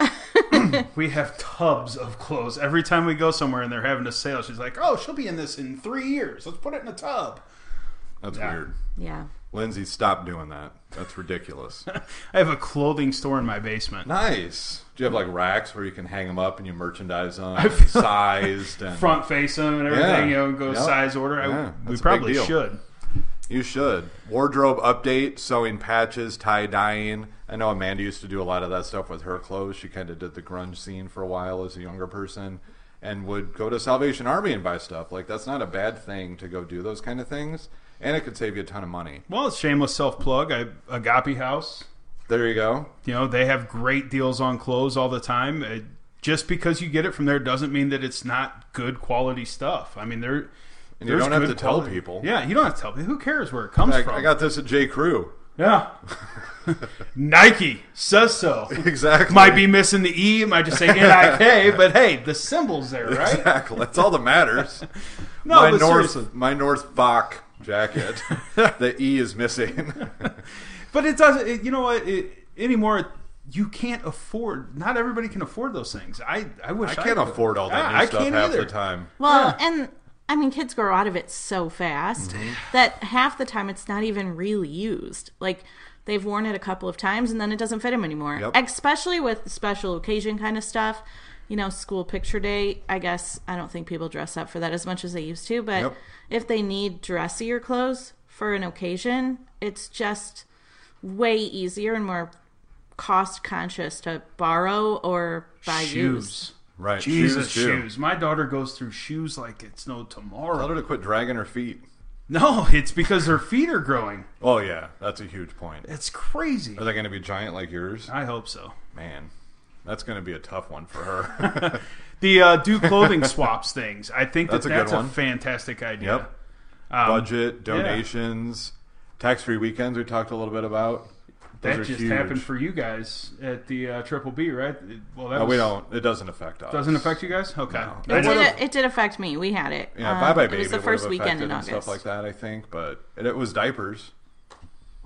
[SPEAKER 2] you? we have tubs of clothes. Every time we go somewhere and they're having a sale, she's like, oh, she'll be in this in three years. Let's put it in a tub.
[SPEAKER 1] That's
[SPEAKER 2] Yeah.
[SPEAKER 1] weird.
[SPEAKER 3] yeah,
[SPEAKER 1] Lindsay, stop doing that. That's ridiculous.
[SPEAKER 2] I have a clothing store in my basement.
[SPEAKER 1] nice. Do you have like racks where you can hang them up and you merchandise them,
[SPEAKER 2] I
[SPEAKER 1] and
[SPEAKER 2] feel-
[SPEAKER 1] sized and
[SPEAKER 2] Front face them and everything,
[SPEAKER 1] Yeah.
[SPEAKER 2] you know, go
[SPEAKER 1] Yep.
[SPEAKER 2] size order. I-
[SPEAKER 1] Yeah, that's a
[SPEAKER 2] we
[SPEAKER 1] big
[SPEAKER 2] probably
[SPEAKER 1] deal.
[SPEAKER 2] should.
[SPEAKER 1] You should. Wardrobe update, sewing patches, tie dyeing. I know Amanda used to do a lot of that stuff with her clothes. She kind of did the grunge scene for a while as a younger person and would go to Salvation Army and buy stuff. Like, that's not a bad thing to go do those kind of things. And it could save you a ton of money.
[SPEAKER 2] Well, it's shameless self plug. I Agape House.
[SPEAKER 1] There you go.
[SPEAKER 2] You know, they have great deals on clothes all the time. It, just because you get it from there doesn't mean that it's not good quality stuff. I mean, they're.
[SPEAKER 1] And you
[SPEAKER 2] there's
[SPEAKER 1] don't have
[SPEAKER 2] good
[SPEAKER 1] to tell
[SPEAKER 2] quality-
[SPEAKER 1] people.
[SPEAKER 2] Yeah, you don't have to tell people. Who cares where it comes
[SPEAKER 1] I,
[SPEAKER 2] from?
[SPEAKER 1] I got this at J. Crew.
[SPEAKER 2] yeah. Nike says so.
[SPEAKER 1] Exactly.
[SPEAKER 2] Might be missing the E, it might just say N-I-K, but hey, the symbol's there, right?
[SPEAKER 1] Exactly. That's all that matters.
[SPEAKER 2] No,
[SPEAKER 1] my
[SPEAKER 2] but
[SPEAKER 1] North,
[SPEAKER 2] seriously.
[SPEAKER 1] my North Bach jacket. the E is missing.
[SPEAKER 2] But it doesn't. It, you know what? It, anymore, you can't afford. Not everybody can afford those things. I I wish
[SPEAKER 1] I can't
[SPEAKER 2] could.
[SPEAKER 1] afford all that
[SPEAKER 2] Yeah,
[SPEAKER 1] new
[SPEAKER 2] I
[SPEAKER 1] stuff
[SPEAKER 2] can't
[SPEAKER 1] half
[SPEAKER 2] either.
[SPEAKER 1] the time.
[SPEAKER 3] Well, and I mean, kids grow out of it so fast
[SPEAKER 1] Mm-hmm.
[SPEAKER 3] that half the time it's not even really used. Like they've worn it a couple of times and then it doesn't fit them anymore.
[SPEAKER 1] Yep.
[SPEAKER 3] Especially with special occasion kind of stuff. You know, school picture day. I guess I don't think people dress up for that as much as they used to. But
[SPEAKER 1] Yep.
[SPEAKER 3] if they need dressier clothes for an occasion, it's just way easier and more cost conscious to borrow or buy used.
[SPEAKER 2] Shoes.
[SPEAKER 1] Right.
[SPEAKER 2] Jesus,
[SPEAKER 1] shoes. too.
[SPEAKER 2] shoes. My daughter goes through shoes like it's no tomorrow.
[SPEAKER 1] Tell her to quit dragging her feet.
[SPEAKER 2] No, it's because her feet are growing.
[SPEAKER 1] Oh yeah, that's a huge point.
[SPEAKER 2] It's crazy.
[SPEAKER 1] Are they going to be giant like yours?
[SPEAKER 2] I hope so.
[SPEAKER 1] Man, that's going to be a tough one for her.
[SPEAKER 2] The uh, do clothing swaps things. I think that
[SPEAKER 1] That's
[SPEAKER 2] that's
[SPEAKER 1] a
[SPEAKER 2] a,
[SPEAKER 1] good one.
[SPEAKER 2] fantastic idea.
[SPEAKER 1] yep.
[SPEAKER 2] Um,
[SPEAKER 1] Budget donations, tax-free weekends. We talked a little bit about. Those
[SPEAKER 2] That
[SPEAKER 1] are
[SPEAKER 2] just
[SPEAKER 1] huge.
[SPEAKER 2] happened for you guys at the uh, Triple B, right? It- Well, that
[SPEAKER 1] No,
[SPEAKER 2] was,
[SPEAKER 1] we don't. It doesn't affect us.
[SPEAKER 2] Doesn't affect you guys. Okay.
[SPEAKER 3] It
[SPEAKER 2] I
[SPEAKER 3] did,
[SPEAKER 2] would've-
[SPEAKER 3] it did affect me. We had it.
[SPEAKER 1] Yeah,
[SPEAKER 3] Um,
[SPEAKER 1] bye bye baby.
[SPEAKER 3] It was the
[SPEAKER 1] would
[SPEAKER 3] first
[SPEAKER 1] have
[SPEAKER 3] weekend
[SPEAKER 1] affected
[SPEAKER 3] in
[SPEAKER 1] and
[SPEAKER 3] August.
[SPEAKER 1] stuff like that. I think, but and it was diapers,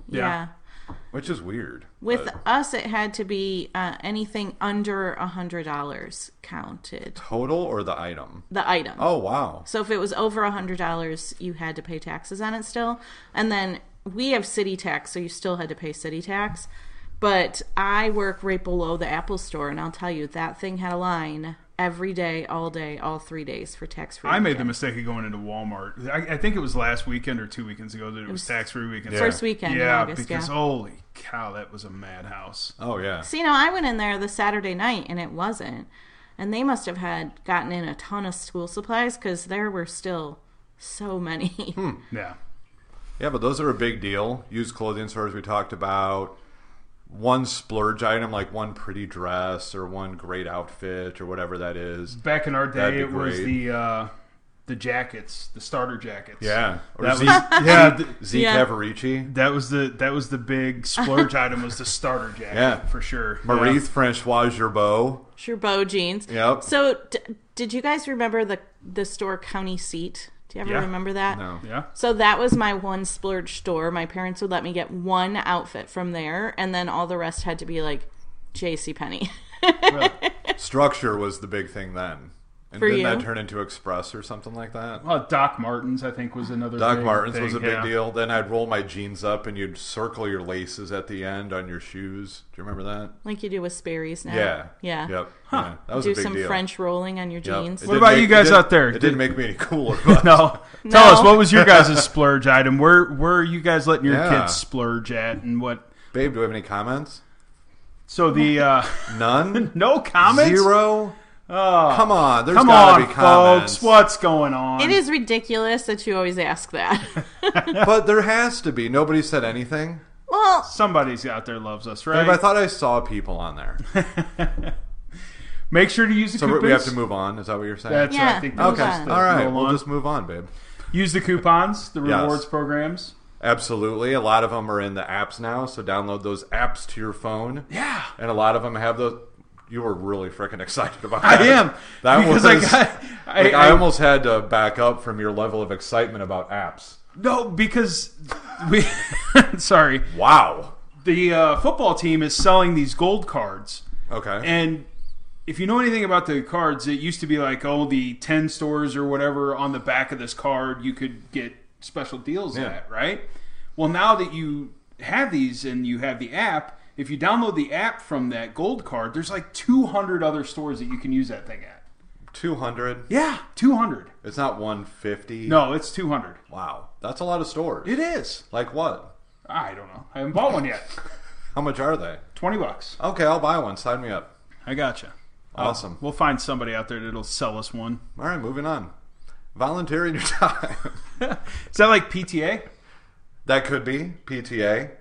[SPEAKER 3] Yeah.
[SPEAKER 2] Yeah.
[SPEAKER 1] which is weird.
[SPEAKER 3] With
[SPEAKER 1] but
[SPEAKER 3] us, it had to be uh, anything under a hundred dollars counted
[SPEAKER 1] total or the item.
[SPEAKER 3] the item.
[SPEAKER 1] Oh wow.
[SPEAKER 3] So if it was over a hundred dollars, you had to pay taxes on it still. And then we have city tax, so you still had to pay city tax. But I work right below the Apple store, and I'll tell you that thing had a line every day, all day, all three days for tax free.
[SPEAKER 2] I made the mistake of going into Walmart. I, I think it was last weekend or two weekends ago that it was
[SPEAKER 3] was
[SPEAKER 2] tax free weekend.
[SPEAKER 3] first weekend in
[SPEAKER 2] yeah,
[SPEAKER 3] August,
[SPEAKER 2] because
[SPEAKER 3] yeah.
[SPEAKER 2] holy cow, that was a madhouse.
[SPEAKER 1] Oh yeah.
[SPEAKER 3] So, you know, I went in there the Saturday night and it wasn't. And they must have had gotten in a ton of school supplies because there were still so many.
[SPEAKER 1] Hmm.
[SPEAKER 2] Yeah,
[SPEAKER 1] Yeah, but those are a big deal. Used clothing stores we talked about. One splurge item, like one pretty dress or one great outfit or whatever that is.
[SPEAKER 2] back in our
[SPEAKER 1] That'd
[SPEAKER 2] day,
[SPEAKER 1] be
[SPEAKER 2] it was
[SPEAKER 1] great.
[SPEAKER 2] the uh, the jackets, the starter jackets.
[SPEAKER 1] Yeah. Or
[SPEAKER 2] That
[SPEAKER 1] Zeke,
[SPEAKER 2] was- yeah. th-
[SPEAKER 1] Zeke
[SPEAKER 3] Yeah.
[SPEAKER 1] Averici.
[SPEAKER 2] That was the that was the big splurge item was the starter jacket
[SPEAKER 1] Yeah.
[SPEAKER 2] for sure.
[SPEAKER 1] Marie Francois Gerbeau.
[SPEAKER 3] Sure, bow jeans.
[SPEAKER 1] Yep.
[SPEAKER 3] So, d- did you guys remember the the store county seat? Do you ever
[SPEAKER 2] Yeah.
[SPEAKER 3] remember that?
[SPEAKER 1] No.
[SPEAKER 2] yeah. yeah.
[SPEAKER 3] So that was my one splurge store. My parents would let me get one outfit from there, and then all the rest had to be like J.C. Penney.
[SPEAKER 1] Structure was the big thing then. And
[SPEAKER 3] For
[SPEAKER 1] didn't
[SPEAKER 3] you?
[SPEAKER 1] that turn into Express or something like that?
[SPEAKER 2] Well, Oh, Doc Martens, I think, was another.
[SPEAKER 1] Doc
[SPEAKER 2] big
[SPEAKER 1] Martens
[SPEAKER 2] thing,
[SPEAKER 1] was a big
[SPEAKER 2] yeah.
[SPEAKER 1] deal. Then I'd roll my jeans up and you'd circle your laces at the end on your shoes. Do you remember that?
[SPEAKER 3] like you do with Sperry's now.
[SPEAKER 1] Yeah.
[SPEAKER 3] Yeah.
[SPEAKER 1] Yep. Yeah, That was
[SPEAKER 3] Do
[SPEAKER 1] a big
[SPEAKER 3] some
[SPEAKER 1] deal.
[SPEAKER 3] French rolling on your
[SPEAKER 1] Yep.
[SPEAKER 3] jeans.
[SPEAKER 1] It
[SPEAKER 2] What
[SPEAKER 1] didn't
[SPEAKER 2] about you
[SPEAKER 1] it
[SPEAKER 2] guys
[SPEAKER 1] didn't-
[SPEAKER 2] out there?
[SPEAKER 1] It
[SPEAKER 2] Did-
[SPEAKER 1] didn't make me any cooler. but-
[SPEAKER 2] No. Tell
[SPEAKER 3] No.
[SPEAKER 2] us what was your guys' splurge item? Where where are you guys letting your
[SPEAKER 1] Yeah.
[SPEAKER 2] kids splurge at and what
[SPEAKER 1] Babe, do we have any comments?
[SPEAKER 2] so the uh
[SPEAKER 1] None?
[SPEAKER 2] no comments?
[SPEAKER 1] Zero?
[SPEAKER 2] Oh,
[SPEAKER 1] Come on. There's
[SPEAKER 2] come
[SPEAKER 1] gotta
[SPEAKER 2] on,
[SPEAKER 1] be comments.
[SPEAKER 2] folks. What's going on?
[SPEAKER 3] It is ridiculous that you always ask that.
[SPEAKER 1] But there has to be. Nobody said anything.
[SPEAKER 3] well,
[SPEAKER 2] Somebody's out there loves us, right?
[SPEAKER 1] Babe, I thought I saw people on there.
[SPEAKER 2] Make sure to use the
[SPEAKER 1] So
[SPEAKER 2] coupons.
[SPEAKER 1] we have to move on. Is that what you're saying?
[SPEAKER 2] That's what I
[SPEAKER 3] Yeah,
[SPEAKER 2] think.
[SPEAKER 3] move
[SPEAKER 2] that's
[SPEAKER 3] on.
[SPEAKER 2] the
[SPEAKER 1] All right.
[SPEAKER 2] roll
[SPEAKER 1] We'll
[SPEAKER 2] on.
[SPEAKER 1] just move on, babe.
[SPEAKER 2] use the coupons, the
[SPEAKER 1] Yes.
[SPEAKER 2] rewards programs.
[SPEAKER 1] Absolutely. A lot of them are in the apps now. So download those apps to your phone.
[SPEAKER 2] Yeah.
[SPEAKER 1] And a lot of them have those. You were really freaking excited about
[SPEAKER 2] I
[SPEAKER 1] that.
[SPEAKER 2] am.
[SPEAKER 1] That
[SPEAKER 2] because
[SPEAKER 1] was.
[SPEAKER 2] I got I,
[SPEAKER 1] like, I,
[SPEAKER 2] I-
[SPEAKER 1] almost had to back up from your level of excitement about apps.
[SPEAKER 2] No, because we sorry.
[SPEAKER 1] Wow.
[SPEAKER 2] The uh, football team is selling these gold cards.
[SPEAKER 1] Okay.
[SPEAKER 2] And if you know anything about the cards, it used to be like, oh, the 10 stores or whatever on the back of this card, you could get special deals
[SPEAKER 1] Yeah.
[SPEAKER 2] at, right? Well, now that you have these and you have the app, if you download the app from that gold card, there's like 200 other stores that you can use that thing at.
[SPEAKER 1] Two hundred.
[SPEAKER 2] Yeah, 200.
[SPEAKER 1] It's not one fifty.
[SPEAKER 2] No, it's 200.
[SPEAKER 1] Wow, that's a lot of stores.
[SPEAKER 2] It is.
[SPEAKER 1] like what?
[SPEAKER 2] I don't know. I haven't bought one yet.
[SPEAKER 1] How much are they?
[SPEAKER 2] 20 bucks.
[SPEAKER 1] Okay, I'll buy one. Sign me up.
[SPEAKER 2] I gotcha.
[SPEAKER 1] Awesome.
[SPEAKER 2] We'll find somebody out there that'll sell us one.
[SPEAKER 1] All right, moving on. Volunteering your time.
[SPEAKER 2] Is that like PTA?
[SPEAKER 1] that could be PTA.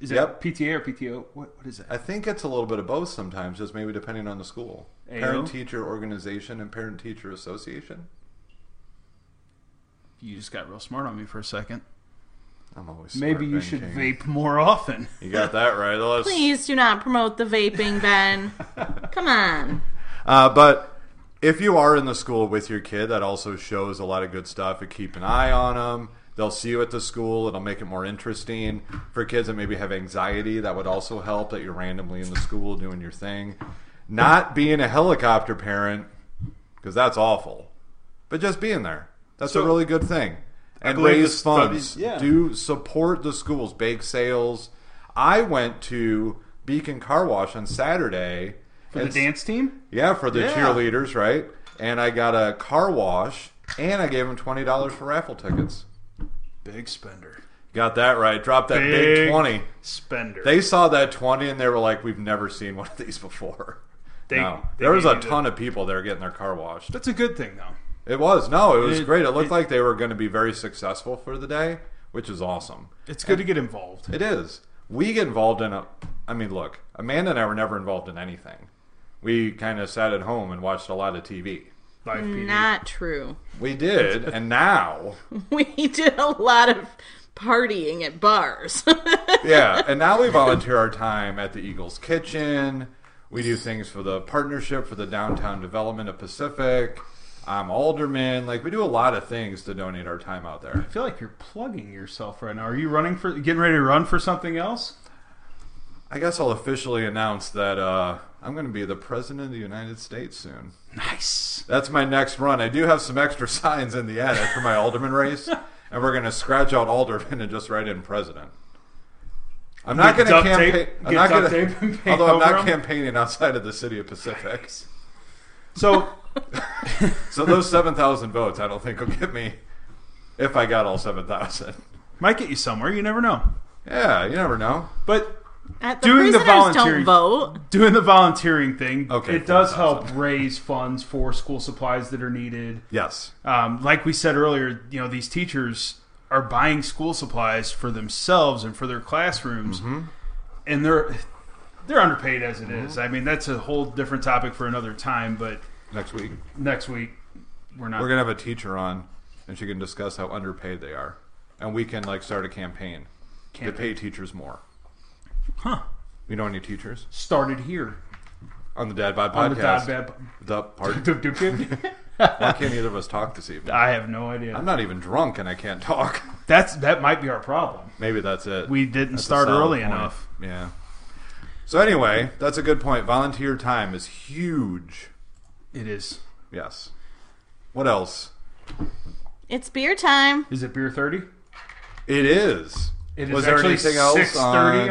[SPEAKER 2] Is that
[SPEAKER 1] Yep.
[SPEAKER 2] PTA or PTO? What, what is that?
[SPEAKER 1] I think it's a little bit of both sometimes, just maybe depending on the school.
[SPEAKER 2] AO?
[SPEAKER 1] Parent teacher organization and parent teacher association.
[SPEAKER 2] You just got real smart on me for a second.
[SPEAKER 1] I'm always smart
[SPEAKER 2] Maybe you should
[SPEAKER 1] thinking.
[SPEAKER 2] vape more often.
[SPEAKER 1] You got that right. Let's-
[SPEAKER 3] Please do not promote the vaping, Ben. Come on.
[SPEAKER 1] Uh, but if you are in the school with your kid, that also shows a lot of good stuff. You keep an eye on them. They'll see you at the school. It'll make it more interesting for kids that maybe have anxiety. That would also help that you're randomly in the school doing your thing. Not being a helicopter parent because that's awful, but just being there. That's a
[SPEAKER 2] So-
[SPEAKER 1] really good thing. And
[SPEAKER 2] believe
[SPEAKER 1] raise
[SPEAKER 2] this-
[SPEAKER 1] funds.
[SPEAKER 2] yeah.
[SPEAKER 1] Do support the schools. Bake sales. I went to Beacon Car Wash on Saturday.
[SPEAKER 2] For the
[SPEAKER 1] It's-
[SPEAKER 2] dance team?
[SPEAKER 1] yeah, for the
[SPEAKER 2] Yeah.
[SPEAKER 1] cheerleaders, right? And I got a car wash, and I gave them twenty dollars for raffle tickets.
[SPEAKER 2] Big spender.
[SPEAKER 1] Got that right. Drop that big, twenty.
[SPEAKER 2] Spender.
[SPEAKER 1] They saw that twenty, and they were like, "We've never seen one of these before."
[SPEAKER 2] They-
[SPEAKER 1] no,
[SPEAKER 2] they
[SPEAKER 1] there was a
[SPEAKER 2] needed-
[SPEAKER 1] ton of people there getting their car washed.
[SPEAKER 2] That's a good thing, though.
[SPEAKER 1] It was no, it was
[SPEAKER 2] It-
[SPEAKER 1] great. It looked
[SPEAKER 2] it-
[SPEAKER 1] like they were going to be very successful for the day, which is awesome.
[SPEAKER 2] It's good to get involved.
[SPEAKER 1] It is. We get involved in a. I mean, look, Amanda and I were never involved in anything. We kind of sat at home and watched a lot of TV.
[SPEAKER 2] Life PD.
[SPEAKER 3] Not true.
[SPEAKER 1] We did, and now
[SPEAKER 3] We did a lot of partying at bars.
[SPEAKER 1] yeah, and now we volunteer our time at the Eagles Kitchen. We do things for the partnership for the downtown development of Pacific. I'm alderman. Like we do a lot of things to donate our time out there.
[SPEAKER 2] I feel like you're plugging yourself right now. Are you running for getting ready to run for something else?
[SPEAKER 1] I guess I'll officially announce that uh, I'm going to be the president of the United States soon.
[SPEAKER 2] Nice.
[SPEAKER 1] That's my next run. I do have some extra signs in the attic for my alderman race, and we're going to scratch out alderman and just write in president. I'm not
[SPEAKER 2] Get
[SPEAKER 1] going to
[SPEAKER 2] duct tape-
[SPEAKER 1] campaign.
[SPEAKER 2] get
[SPEAKER 1] I'm not
[SPEAKER 2] duct
[SPEAKER 1] going
[SPEAKER 2] tape and
[SPEAKER 1] to.
[SPEAKER 2] paint
[SPEAKER 1] Although I'm
[SPEAKER 2] over
[SPEAKER 1] not
[SPEAKER 2] 'em.
[SPEAKER 1] campaigning outside of the city of Pacific.
[SPEAKER 2] So
[SPEAKER 1] So those seven thousand votes, I don't think will get me if I got all seven thousand.
[SPEAKER 2] might get you somewhere. You never know.
[SPEAKER 1] Yeah, you never know.
[SPEAKER 2] But
[SPEAKER 3] At the
[SPEAKER 2] Doing the
[SPEAKER 3] prisoners
[SPEAKER 2] voluntary-
[SPEAKER 3] don't vote.
[SPEAKER 2] doing the volunteering thing,
[SPEAKER 1] Okay,
[SPEAKER 2] it
[SPEAKER 1] 4,000.
[SPEAKER 2] does help raise funds for school supplies that are needed.
[SPEAKER 1] Yes,
[SPEAKER 2] Um, like we said earlier, you know these teachers are buying school supplies for themselves and for their classrooms,
[SPEAKER 1] Mm-hmm.
[SPEAKER 2] and they're they're underpaid as it is. I mean, that's a whole different topic for another time. But
[SPEAKER 1] next week
[SPEAKER 2] next week, we're not.
[SPEAKER 1] we're gonna have a teacher on, and she can discuss how underpaid they are, and we can like start a campaign, to pay
[SPEAKER 2] Campaign.
[SPEAKER 1] teachers more.
[SPEAKER 2] huh?
[SPEAKER 1] You know any teachers
[SPEAKER 2] Started here
[SPEAKER 1] on the Dad Bod podcast?
[SPEAKER 2] on the Dad Bab.
[SPEAKER 1] The- pardon.
[SPEAKER 2] Doop, doop, doop.
[SPEAKER 1] Why can't either of us talk this evening?
[SPEAKER 2] I have no idea.
[SPEAKER 1] I'm not even drunk, and I can't talk.
[SPEAKER 2] That's that might be our problem.
[SPEAKER 1] Maybe that's it.
[SPEAKER 2] We didn't
[SPEAKER 1] That's a
[SPEAKER 2] start
[SPEAKER 1] solid
[SPEAKER 2] early
[SPEAKER 1] point.
[SPEAKER 2] enough.
[SPEAKER 1] Yeah. So anyway, that's a good point. Volunteer time is huge.
[SPEAKER 2] It is.
[SPEAKER 1] Yes. What else?
[SPEAKER 3] It's beer time.
[SPEAKER 2] Is it beer thirty?
[SPEAKER 1] It is.
[SPEAKER 2] It is
[SPEAKER 1] was there
[SPEAKER 2] actually
[SPEAKER 1] anything else
[SPEAKER 2] six thirty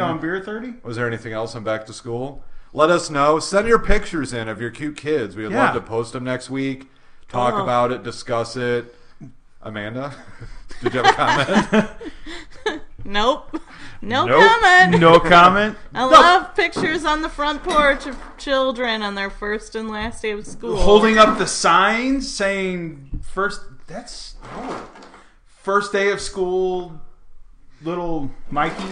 [SPEAKER 1] on-
[SPEAKER 2] on beer thirty.
[SPEAKER 1] Was there anything else on back to school? Let us know. Send your pictures in of your cute kids. We would
[SPEAKER 2] Yeah. Uh-huh.
[SPEAKER 1] love to post them next week. Talk
[SPEAKER 3] Oh.
[SPEAKER 1] about it. Discuss it. Amanda, did you have a comment?
[SPEAKER 3] Nope. No
[SPEAKER 1] Nope.
[SPEAKER 3] comment.
[SPEAKER 2] No comment.
[SPEAKER 3] I love pictures on the front porch of children on their first and last day of school.
[SPEAKER 2] Holding up the signs saying first. That's first day of school. Little Mikey.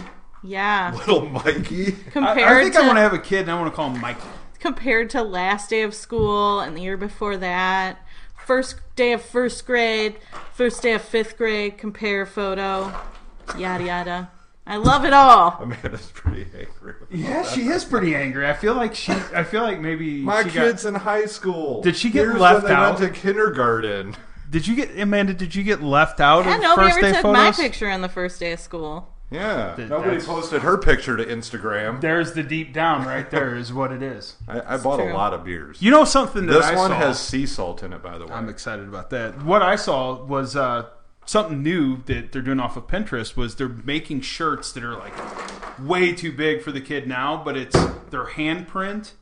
[SPEAKER 3] Yeah.
[SPEAKER 1] Little Mikey.
[SPEAKER 3] Compared
[SPEAKER 2] I, I think
[SPEAKER 3] to
[SPEAKER 2] I want to have a kid and I want to call him Mikey.
[SPEAKER 3] compared to last day of school and the year before that. First day of first grade, first day of fifth grade, compare photo, yada yada. I love it all.
[SPEAKER 1] Amanda's pretty angry.
[SPEAKER 2] Yeah, she is pretty angry. I feel like she. I feel like maybe
[SPEAKER 1] My
[SPEAKER 2] she got-
[SPEAKER 1] kids in high school.
[SPEAKER 2] Did she get
[SPEAKER 1] Here's
[SPEAKER 2] left
[SPEAKER 1] when they
[SPEAKER 2] out?
[SPEAKER 1] Went to kindergarten.
[SPEAKER 2] did you get Amanda? Did you get left out
[SPEAKER 3] Yeah,
[SPEAKER 2] of
[SPEAKER 3] nobody
[SPEAKER 2] first
[SPEAKER 3] ever
[SPEAKER 2] day
[SPEAKER 3] took
[SPEAKER 2] photos?
[SPEAKER 3] my picture on the first day of school.
[SPEAKER 1] Yeah.
[SPEAKER 2] Th-
[SPEAKER 1] Nobody
[SPEAKER 2] that's-
[SPEAKER 1] posted her picture to Instagram.
[SPEAKER 2] There's the deep down right there is what it is.
[SPEAKER 1] I, I bought a
[SPEAKER 3] true.
[SPEAKER 1] lot of beers.
[SPEAKER 2] You know something that
[SPEAKER 1] this
[SPEAKER 2] I
[SPEAKER 1] one
[SPEAKER 2] saw?
[SPEAKER 1] has sea salt in it, by the way.
[SPEAKER 2] I'm excited about that. What I saw was uh, something new that they're doing off of Pinterest was they're making shirts that are like way too big for the kid now, but it's their handprint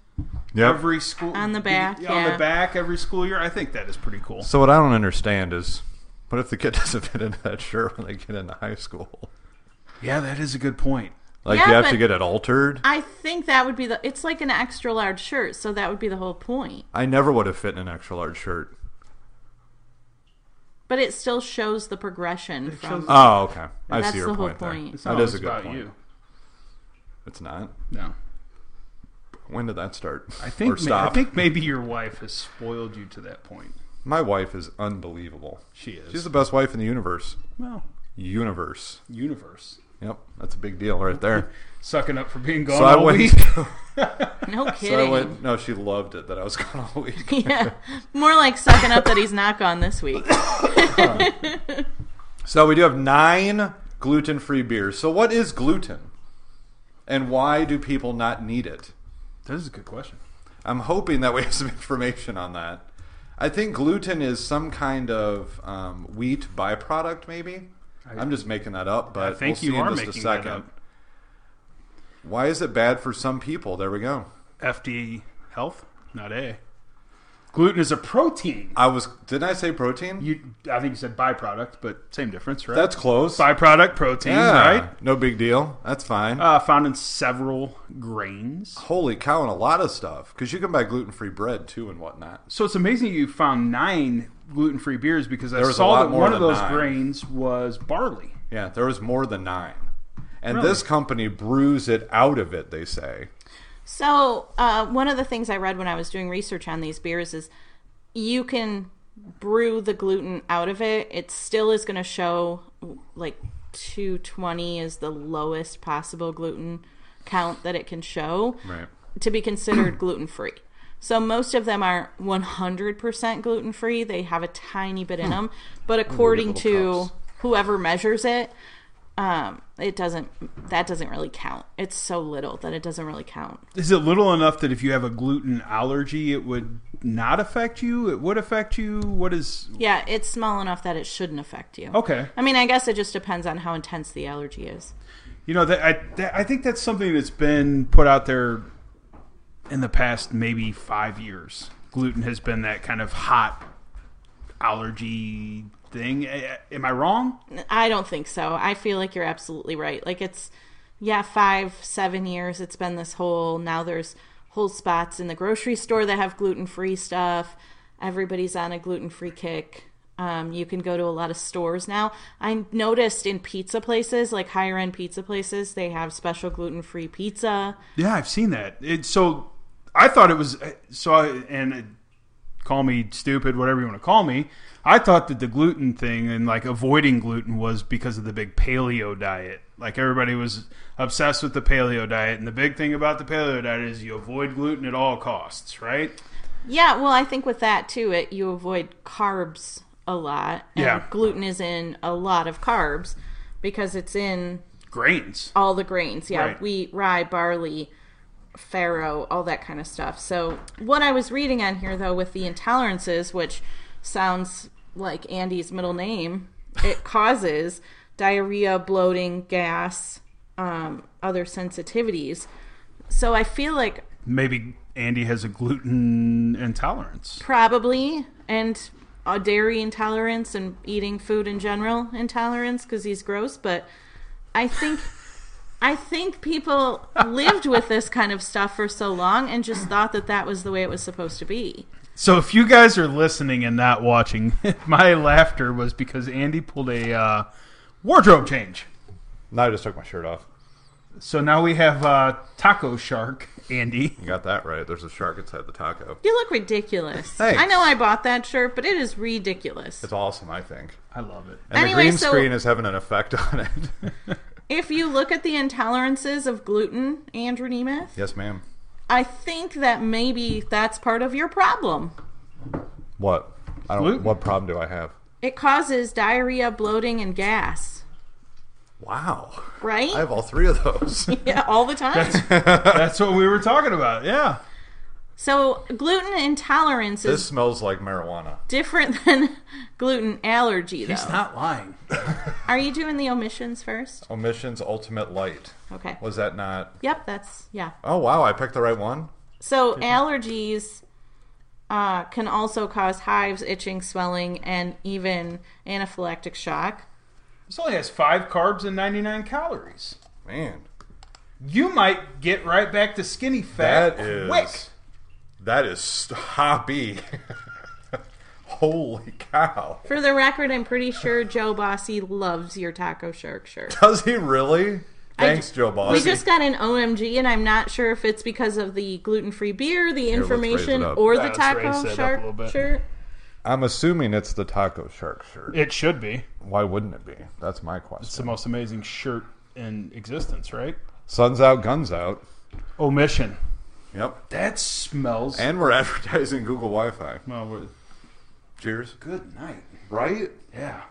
[SPEAKER 1] Yep.
[SPEAKER 2] every school
[SPEAKER 3] On the back,
[SPEAKER 2] on
[SPEAKER 3] yeah.
[SPEAKER 2] the back every school year. I think that is pretty cool.
[SPEAKER 1] So what I don't understand is, what if the kid doesn't fit into that shirt when they get into high school?
[SPEAKER 2] Yeah, that is a good point.
[SPEAKER 1] Like
[SPEAKER 3] Yeah,
[SPEAKER 1] you have
[SPEAKER 3] but-
[SPEAKER 1] to get it altered.
[SPEAKER 3] I think that would be the. It's like an extra large shirt, so that would be the whole point.
[SPEAKER 1] I never would have fit in an extra large shirt.
[SPEAKER 3] But it still shows the progression from.
[SPEAKER 2] shows-
[SPEAKER 1] Oh, okay. I
[SPEAKER 3] That's
[SPEAKER 1] see your
[SPEAKER 3] the whole
[SPEAKER 1] point,
[SPEAKER 3] point.
[SPEAKER 1] there.
[SPEAKER 3] It's
[SPEAKER 1] That
[SPEAKER 2] No,
[SPEAKER 1] is a
[SPEAKER 2] it's
[SPEAKER 1] good
[SPEAKER 2] about
[SPEAKER 1] point.
[SPEAKER 2] You.
[SPEAKER 1] It's not.
[SPEAKER 2] No,
[SPEAKER 1] When did that start?
[SPEAKER 2] I
[SPEAKER 1] or
[SPEAKER 2] think ma- I
[SPEAKER 1] stop.
[SPEAKER 2] think maybe your wife has spoiled you to that point.
[SPEAKER 1] My wife is unbelievable.
[SPEAKER 2] She is.
[SPEAKER 1] She's the best wife in the universe.
[SPEAKER 2] well,
[SPEAKER 1] Universe.
[SPEAKER 2] universe
[SPEAKER 1] Yep, that's a big deal right there.
[SPEAKER 2] sucking up for being gone
[SPEAKER 1] So I
[SPEAKER 2] all
[SPEAKER 1] went.
[SPEAKER 2] week.
[SPEAKER 3] No
[SPEAKER 1] So I
[SPEAKER 3] kidding.
[SPEAKER 1] went. No, she loved it that I was gone all week.
[SPEAKER 3] yeah, more like sucking up that he's not gone this week.
[SPEAKER 1] So we do have nine gluten-free beers. So what is gluten, and why do people not need it?
[SPEAKER 2] That is a good question.
[SPEAKER 1] I'm hoping that we have some information on that. I think gluten is some kind of um, wheat byproduct, maybe. I, am just making that up, but
[SPEAKER 2] I think
[SPEAKER 1] we'll
[SPEAKER 2] you
[SPEAKER 1] see
[SPEAKER 2] are
[SPEAKER 1] in just
[SPEAKER 2] making
[SPEAKER 1] a
[SPEAKER 2] that
[SPEAKER 1] second.
[SPEAKER 2] up.
[SPEAKER 1] Why is it bad for some people? There we go.
[SPEAKER 2] FD health, not A. Gluten is a protein.
[SPEAKER 1] I was didn't I say protein?
[SPEAKER 2] You, I think you said byproduct, but same difference, right?
[SPEAKER 1] That's close.
[SPEAKER 2] byproduct protein,
[SPEAKER 1] Yeah,
[SPEAKER 2] right?
[SPEAKER 1] No big deal. That's fine.
[SPEAKER 2] Uh, found in several grains.
[SPEAKER 1] Holy cow, and a lot of stuff because you can buy gluten-free bread too and whatnot.
[SPEAKER 2] So it's amazing you found nine gluten-free beers because I
[SPEAKER 1] There was a
[SPEAKER 2] saw
[SPEAKER 1] lot
[SPEAKER 2] that
[SPEAKER 1] more
[SPEAKER 2] one of
[SPEAKER 1] than
[SPEAKER 2] those
[SPEAKER 1] nine.
[SPEAKER 2] grains was barley.
[SPEAKER 1] Yeah, there was more than nine, and
[SPEAKER 2] Really?
[SPEAKER 1] this company brews it out of it. They say.
[SPEAKER 3] So, uh, one of the things I read when I was doing research on these beers is you can brew the gluten out of it. It still is going to show like 220 is the lowest possible gluten count that it can show
[SPEAKER 1] Right.
[SPEAKER 3] to be considered gluten free. So, most of them aren't 100% gluten free, they have a tiny bit in them. But according to
[SPEAKER 1] Hmm. little cups.
[SPEAKER 3] whoever measures it, um, it doesn't that doesn't really count. It's so little that it doesn't really count.
[SPEAKER 2] Is it little enough that if you have a gluten allergy, it would not affect you? It would affect you. What is
[SPEAKER 3] Yeah, it's small enough that it shouldn't affect you.
[SPEAKER 2] okay?
[SPEAKER 3] I mean, I guess it just depends on how intense the allergy is.
[SPEAKER 2] You know that I that, I think that's something that's been put out there in the past maybe five years. Gluten has been that kind of hot allergy thing. A- a- Am I wrong?
[SPEAKER 3] I don't think so. I feel like you're absolutely right. Like it's yeah, 5 7 years it's been this whole now there's whole spots in the grocery store that have gluten-free stuff. Everybody's on a gluten-free kick. Um, you can go to a lot of stores now. I noticed in pizza places, like higher end pizza places, they have special gluten free pizza.
[SPEAKER 2] Yeah, I've seen that. It, so I thought it was uh, so. I, and uh call me stupid, whatever you want to call me. I thought that the gluten thing and like avoiding gluten was because of the big paleo diet. Like everybody was obsessed with the paleo diet, and the big thing about the paleo diet is you avoid gluten at all costs, right?
[SPEAKER 3] Yeah, well, I think with that too, it you avoid carbs a lot. And
[SPEAKER 2] Yeah.
[SPEAKER 3] gluten is in a lot of carbs because it's in
[SPEAKER 2] Grains.
[SPEAKER 3] all the grains. Yeah,
[SPEAKER 2] Right.
[SPEAKER 3] wheat, rye, barley, farro, all that kind of stuff. So what I was reading on here though with the intolerances, which sounds like Andy's middle name, it causes diarrhea, bloating, gas, um, other sensitivities. So I feel like
[SPEAKER 2] Maybe Andy has a gluten intolerance.
[SPEAKER 3] probably and a dairy intolerance and eating food in general intolerance because he's gross but i think i think people lived with this kind of stuff for so long and just thought that that was the way it was supposed to be
[SPEAKER 2] So if you guys are listening and not watching, my laughter was because Andy pulled a uh, wardrobe change.
[SPEAKER 1] Now I just took my shirt off.
[SPEAKER 2] So now we have uh, Taco Shark, Andy.
[SPEAKER 1] You got that right. There's a shark inside the taco.
[SPEAKER 3] you look ridiculous
[SPEAKER 1] Thanks.
[SPEAKER 3] i know i bought that shirt but it is ridiculous
[SPEAKER 1] It's awesome, I think.
[SPEAKER 2] I love it.
[SPEAKER 1] And
[SPEAKER 3] Anyway,
[SPEAKER 1] the green
[SPEAKER 3] so-
[SPEAKER 1] screen is having an effect on it.
[SPEAKER 3] if you look at the intolerances of gluten andrew nemeth
[SPEAKER 1] yes, ma'am.
[SPEAKER 3] i think that maybe that's part of your problem
[SPEAKER 1] What? I don't.
[SPEAKER 2] Gluten.
[SPEAKER 1] What problem do I have?
[SPEAKER 3] it causes diarrhea bloating and gas
[SPEAKER 1] Wow.
[SPEAKER 3] right
[SPEAKER 1] I have all three of those.
[SPEAKER 3] Yeah, all the time.
[SPEAKER 2] That's what we were talking about. Yeah.
[SPEAKER 3] So gluten intolerance
[SPEAKER 1] This
[SPEAKER 3] is
[SPEAKER 1] smells like marijuana.
[SPEAKER 3] different than gluten allergy, though.
[SPEAKER 2] He's not lying.
[SPEAKER 3] Are you doing the omissions first?
[SPEAKER 1] Omissions Ultimate Light.
[SPEAKER 3] Okay.
[SPEAKER 1] Was that not?
[SPEAKER 3] Yep, that's yeah.
[SPEAKER 1] Oh wow, I picked the right one.
[SPEAKER 3] So allergies uh, can also cause hives, itching, swelling, and even anaphylactic shock.
[SPEAKER 2] This only has five carbs and 99 calories.
[SPEAKER 1] Man,
[SPEAKER 2] You might get right back to skinny fat
[SPEAKER 1] that is
[SPEAKER 2] quick.
[SPEAKER 1] that is hoppy. Holy cow!
[SPEAKER 3] For the record, I'm pretty sure Joe Bossy loves your taco shark shirt.
[SPEAKER 1] Does he really? Thanks,
[SPEAKER 3] ju-
[SPEAKER 1] Joe
[SPEAKER 3] We
[SPEAKER 1] Boss.
[SPEAKER 3] just got an OMG, and I'm not sure if it's because of the gluten-free beer, the
[SPEAKER 1] let's raise it
[SPEAKER 3] information,
[SPEAKER 1] up.
[SPEAKER 3] or the
[SPEAKER 2] Yeah, let's raise
[SPEAKER 3] taco
[SPEAKER 2] that up a little
[SPEAKER 3] shark
[SPEAKER 2] bit.
[SPEAKER 3] shirt.
[SPEAKER 1] I'm assuming it's the Taco Shark shirt.
[SPEAKER 2] It should be.
[SPEAKER 1] Why wouldn't it be? That's my
[SPEAKER 2] It's
[SPEAKER 1] question.
[SPEAKER 2] the most amazing shirt in existence, right?
[SPEAKER 1] Sun's out, guns out.
[SPEAKER 2] Omission.
[SPEAKER 1] Yep.
[SPEAKER 2] That smells.
[SPEAKER 1] And we're advertising Google Wi-Fi.
[SPEAKER 2] well, we're-
[SPEAKER 1] Cheers.
[SPEAKER 2] good night.
[SPEAKER 1] Right?
[SPEAKER 2] Yeah.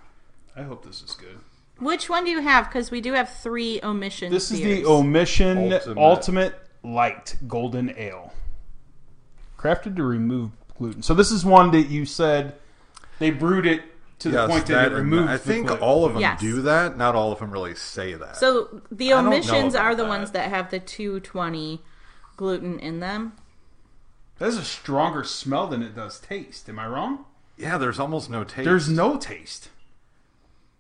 [SPEAKER 2] I hope this is good.
[SPEAKER 3] Which one do you have? Because we do have three omissions.
[SPEAKER 2] This is
[SPEAKER 3] beers.
[SPEAKER 2] the Omission
[SPEAKER 1] Ultimate.
[SPEAKER 2] Ultimate. Light Golden Ale. Crafted to remove gluten. So this is one that you said they brewed it to the point that, it
[SPEAKER 1] and
[SPEAKER 2] removed
[SPEAKER 1] I
[SPEAKER 2] the
[SPEAKER 1] think
[SPEAKER 2] gluten.
[SPEAKER 1] all of them
[SPEAKER 3] Yes.
[SPEAKER 1] do that. Not all of them really say that.
[SPEAKER 3] So the
[SPEAKER 1] I don't know
[SPEAKER 3] omissions
[SPEAKER 1] about
[SPEAKER 3] are the
[SPEAKER 1] that.
[SPEAKER 3] ones that have the 220 gluten in them.
[SPEAKER 2] That has a stronger smell than it does taste. Am I wrong?
[SPEAKER 1] yeah, there's almost no taste.
[SPEAKER 2] There's no taste.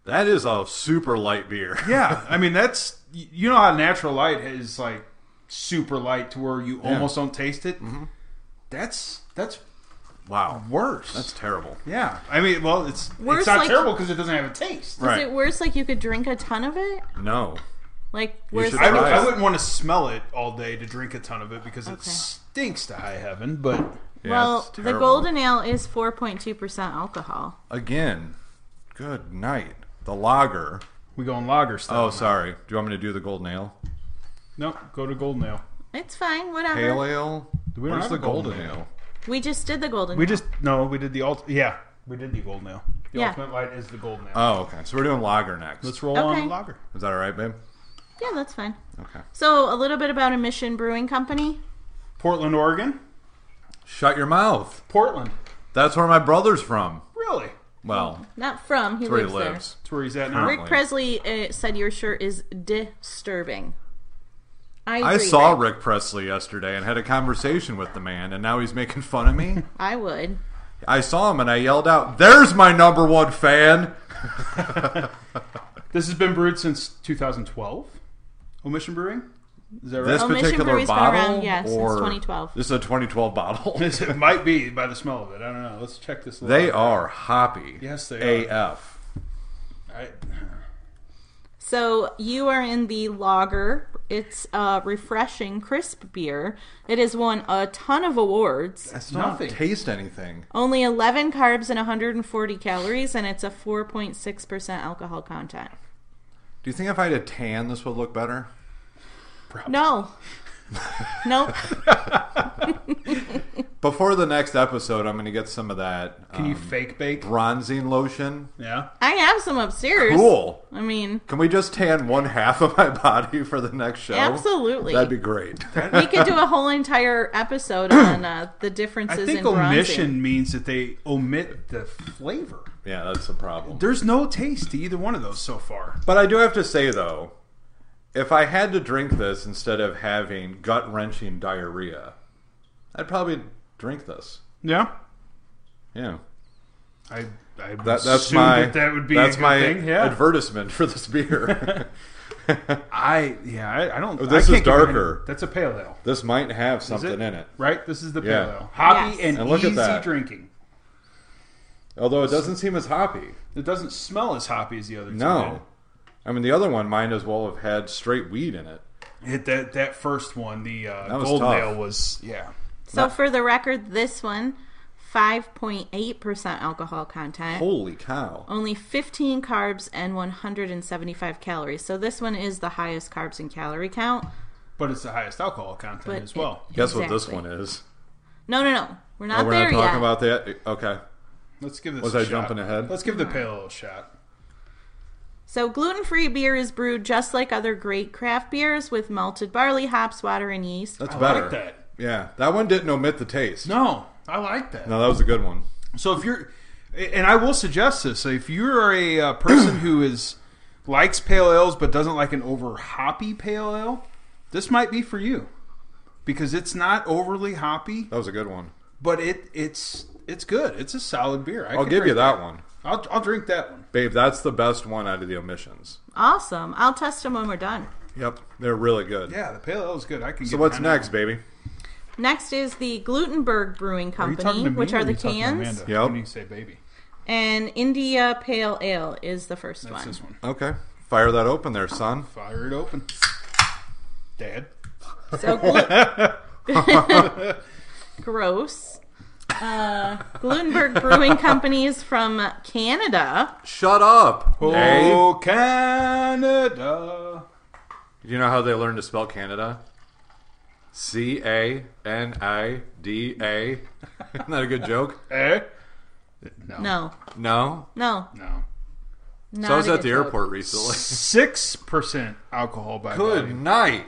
[SPEAKER 1] that is a super light beer.
[SPEAKER 2] Yeah, I mean that's y- you know how natural light is like super light to where you almost don't taste it.
[SPEAKER 1] Mm-hmm.
[SPEAKER 2] That's that's
[SPEAKER 1] wow,
[SPEAKER 2] worse.
[SPEAKER 1] that's terrible.
[SPEAKER 2] yeah, I mean, well, it's
[SPEAKER 3] Worse,
[SPEAKER 2] it's not
[SPEAKER 3] like-
[SPEAKER 2] terrible because it doesn't have a taste.
[SPEAKER 1] Right.
[SPEAKER 3] Is it worse like you could drink a ton of it?
[SPEAKER 1] No,
[SPEAKER 3] Like where's
[SPEAKER 1] should
[SPEAKER 2] I, would,
[SPEAKER 1] Right.
[SPEAKER 2] I wouldn't want to smell it all day to drink a ton of it because it
[SPEAKER 3] Okay.
[SPEAKER 2] stinks to high heaven. But
[SPEAKER 1] Yeah,
[SPEAKER 3] well
[SPEAKER 1] it's
[SPEAKER 3] the
[SPEAKER 1] terrible.
[SPEAKER 3] golden ale is 4.2% alcohol.
[SPEAKER 1] again. Good night. The lager.
[SPEAKER 2] we go in lager
[SPEAKER 1] Oh,
[SPEAKER 2] style.
[SPEAKER 1] sorry. Do you want me to do the golden ale?
[SPEAKER 2] no, go to golden ale.
[SPEAKER 3] It's fine, whatever.
[SPEAKER 1] Pale ale.
[SPEAKER 2] we don't
[SPEAKER 1] Where's
[SPEAKER 2] have
[SPEAKER 1] the
[SPEAKER 2] a golden
[SPEAKER 1] golden,
[SPEAKER 2] ale.
[SPEAKER 1] ale?
[SPEAKER 3] We just did the golden.
[SPEAKER 2] We
[SPEAKER 3] ale.
[SPEAKER 2] just no, we did the alt. Yeah, we did the golden ale. The
[SPEAKER 3] Yeah.
[SPEAKER 2] ultimate light is the golden ale.
[SPEAKER 1] Oh, okay. So we're doing lager next.
[SPEAKER 2] Let's roll
[SPEAKER 3] Okay.
[SPEAKER 2] on lager.
[SPEAKER 1] Is that all right, babe?
[SPEAKER 3] Yeah, that's fine.
[SPEAKER 1] Okay.
[SPEAKER 3] So, a little bit about Emission Brewing Company.
[SPEAKER 2] Portland, Oregon.
[SPEAKER 1] Shut your mouth.
[SPEAKER 2] Portland.
[SPEAKER 1] That's where my brother's from.
[SPEAKER 2] Really?
[SPEAKER 1] Well,
[SPEAKER 3] Not from, he
[SPEAKER 1] that's where
[SPEAKER 3] lives,
[SPEAKER 1] he lives.
[SPEAKER 2] That's where he's at now.
[SPEAKER 3] there. Rick Presley uh, said your shirt is disturbing. I,
[SPEAKER 1] I
[SPEAKER 3] agree,
[SPEAKER 1] saw
[SPEAKER 3] Rick.
[SPEAKER 1] Rick Presley yesterday and had a conversation with the man, and now he's making fun of me.
[SPEAKER 3] I would.
[SPEAKER 1] I saw him and I yelled out, "There's my number one fan."
[SPEAKER 2] This has been brewed since 2012. Omission Brewing? Is that right?
[SPEAKER 1] This
[SPEAKER 3] Omission
[SPEAKER 1] particular
[SPEAKER 3] Brewery's been
[SPEAKER 1] bottle,
[SPEAKER 3] around, yeah, since
[SPEAKER 1] or
[SPEAKER 3] 2012.
[SPEAKER 1] This is a 2012 bottle.
[SPEAKER 2] it might be by the smell of it. I don't know. Let's check this. little-
[SPEAKER 1] they are hoppy.
[SPEAKER 2] Yes, they
[SPEAKER 1] AF.
[SPEAKER 2] I,
[SPEAKER 3] So you are in the lager. It's a refreshing, crisp beer. It has won a ton of awards.
[SPEAKER 2] that's
[SPEAKER 1] Nothing.
[SPEAKER 2] nothing.
[SPEAKER 1] Taste anything?
[SPEAKER 3] Only 11 carbs and 140 calories, and it's a 4.6% alcohol content.
[SPEAKER 1] Do you think if I had a tan, this would look better?
[SPEAKER 3] No. nope.
[SPEAKER 1] Before the next episode, I'm going to get some of that
[SPEAKER 2] Can
[SPEAKER 1] um,
[SPEAKER 2] you fake bake?
[SPEAKER 1] bronzing lotion.
[SPEAKER 2] Yeah.
[SPEAKER 3] I have some upstairs.
[SPEAKER 1] Cool.
[SPEAKER 3] I mean,
[SPEAKER 1] Can we just tan one half of my body for the next show?
[SPEAKER 3] absolutely.
[SPEAKER 1] That'd be great.
[SPEAKER 3] we could do a whole entire episode on uh, the differences
[SPEAKER 2] I think
[SPEAKER 3] in bronzing.
[SPEAKER 2] omission means that they omit the flavor.
[SPEAKER 1] yeah, that's the problem.
[SPEAKER 2] There's no taste to either one of those so far.
[SPEAKER 1] But I do have to say though, if I had to drink this instead of having gut wrenching diarrhea, I'd probably drink this.
[SPEAKER 2] Yeah.
[SPEAKER 1] Yeah,
[SPEAKER 2] I, I would
[SPEAKER 1] that, that's
[SPEAKER 2] assume
[SPEAKER 1] my
[SPEAKER 2] that that would be
[SPEAKER 1] that's
[SPEAKER 2] a good
[SPEAKER 1] my
[SPEAKER 2] thing. Yeah.
[SPEAKER 1] advertisement for this beer.
[SPEAKER 2] I yeah. I, I don't. I
[SPEAKER 1] this is
[SPEAKER 2] can't get behind it.
[SPEAKER 1] darker.
[SPEAKER 2] That's a pale ale.
[SPEAKER 1] this might have something
[SPEAKER 2] it?
[SPEAKER 1] in it,
[SPEAKER 2] Right? This is the pale
[SPEAKER 1] Yeah.
[SPEAKER 2] ale. Hoppy
[SPEAKER 3] Yes.
[SPEAKER 2] and,
[SPEAKER 1] And look at
[SPEAKER 2] easy
[SPEAKER 1] that.
[SPEAKER 2] drinking.
[SPEAKER 1] although it doesn't seem as hoppy.
[SPEAKER 2] It doesn't smell as hoppy as the other two.
[SPEAKER 1] No, I mean the other one might as well have had straight weed in it.
[SPEAKER 2] did. It, that that first one, the uh,
[SPEAKER 1] That was
[SPEAKER 2] golden
[SPEAKER 1] tough.
[SPEAKER 2] ale was yeah.
[SPEAKER 3] so, for the record, this one, 5.8% alcohol content.
[SPEAKER 1] Holy cow!
[SPEAKER 3] only 15 carbs and 175 calories. So this one is the highest carbs and calorie count.
[SPEAKER 2] But it's the highest alcohol content
[SPEAKER 3] But
[SPEAKER 2] as well.
[SPEAKER 3] it-
[SPEAKER 1] Guess what this
[SPEAKER 3] exactly.
[SPEAKER 1] one is?
[SPEAKER 3] No, no, no. We're not
[SPEAKER 1] Oh, we're
[SPEAKER 3] there
[SPEAKER 1] not talking
[SPEAKER 3] yet.
[SPEAKER 1] about that. Okay,
[SPEAKER 2] Let's give this.
[SPEAKER 1] Was
[SPEAKER 2] a
[SPEAKER 1] I
[SPEAKER 2] shot.
[SPEAKER 1] jumping ahead?
[SPEAKER 2] Let's give the pale ale a shot.
[SPEAKER 3] So gluten-free beer is brewed just like other great craft beers with malted barley, hops, water, and yeast.
[SPEAKER 1] that's
[SPEAKER 2] I
[SPEAKER 1] better.
[SPEAKER 2] like that.
[SPEAKER 1] Yeah, that one didn't omit the taste.
[SPEAKER 2] No, I like that.
[SPEAKER 1] No, that was a good one.
[SPEAKER 2] So if you're, and I will suggest this, if you're a uh, person who is likes pale ales but doesn't like an over hoppy pale ale, this might be for you because it's not overly hoppy,
[SPEAKER 1] That was a good one.
[SPEAKER 2] but it it's it's good. It's a solid beer. I
[SPEAKER 1] I'll
[SPEAKER 2] could
[SPEAKER 1] give you
[SPEAKER 2] drink
[SPEAKER 1] that one,
[SPEAKER 2] I'll I'll drink that one.
[SPEAKER 1] babe. That's the best one out of the omissions.
[SPEAKER 3] Awesome. I'll test them when we're done.
[SPEAKER 1] Yep, they're really good.
[SPEAKER 2] Yeah, the pale ale is good. I can.
[SPEAKER 1] So what's next, baby?
[SPEAKER 3] Next is the Glutenberg Brewing
[SPEAKER 2] Are you talking
[SPEAKER 3] Company,
[SPEAKER 2] to me
[SPEAKER 3] which
[SPEAKER 2] or
[SPEAKER 3] are the
[SPEAKER 2] you talking to
[SPEAKER 3] cans,
[SPEAKER 2] Amanda?
[SPEAKER 1] Yep.
[SPEAKER 2] When you say baby,
[SPEAKER 3] and India Pale Ale is the first
[SPEAKER 2] that's
[SPEAKER 3] one.
[SPEAKER 2] this one.
[SPEAKER 1] Okay, fire that open there, son.
[SPEAKER 2] Fire it open, Dad.
[SPEAKER 3] So glu- gross. Uh, Glutenberg Brewing Company is from Canada.
[SPEAKER 1] Shut up. Hey,
[SPEAKER 2] Oh Canada.
[SPEAKER 1] do you know how they learned to spell Canada? C A N A D A. Isn't that a good joke?
[SPEAKER 2] Eh? No.
[SPEAKER 3] No,
[SPEAKER 1] No.
[SPEAKER 3] no.
[SPEAKER 2] No.
[SPEAKER 3] Not
[SPEAKER 1] So I was
[SPEAKER 3] a
[SPEAKER 1] at
[SPEAKER 3] good
[SPEAKER 1] the
[SPEAKER 3] joke.
[SPEAKER 1] airport recently.
[SPEAKER 2] Six percent alcohol by
[SPEAKER 1] Good
[SPEAKER 2] volume.
[SPEAKER 1] night.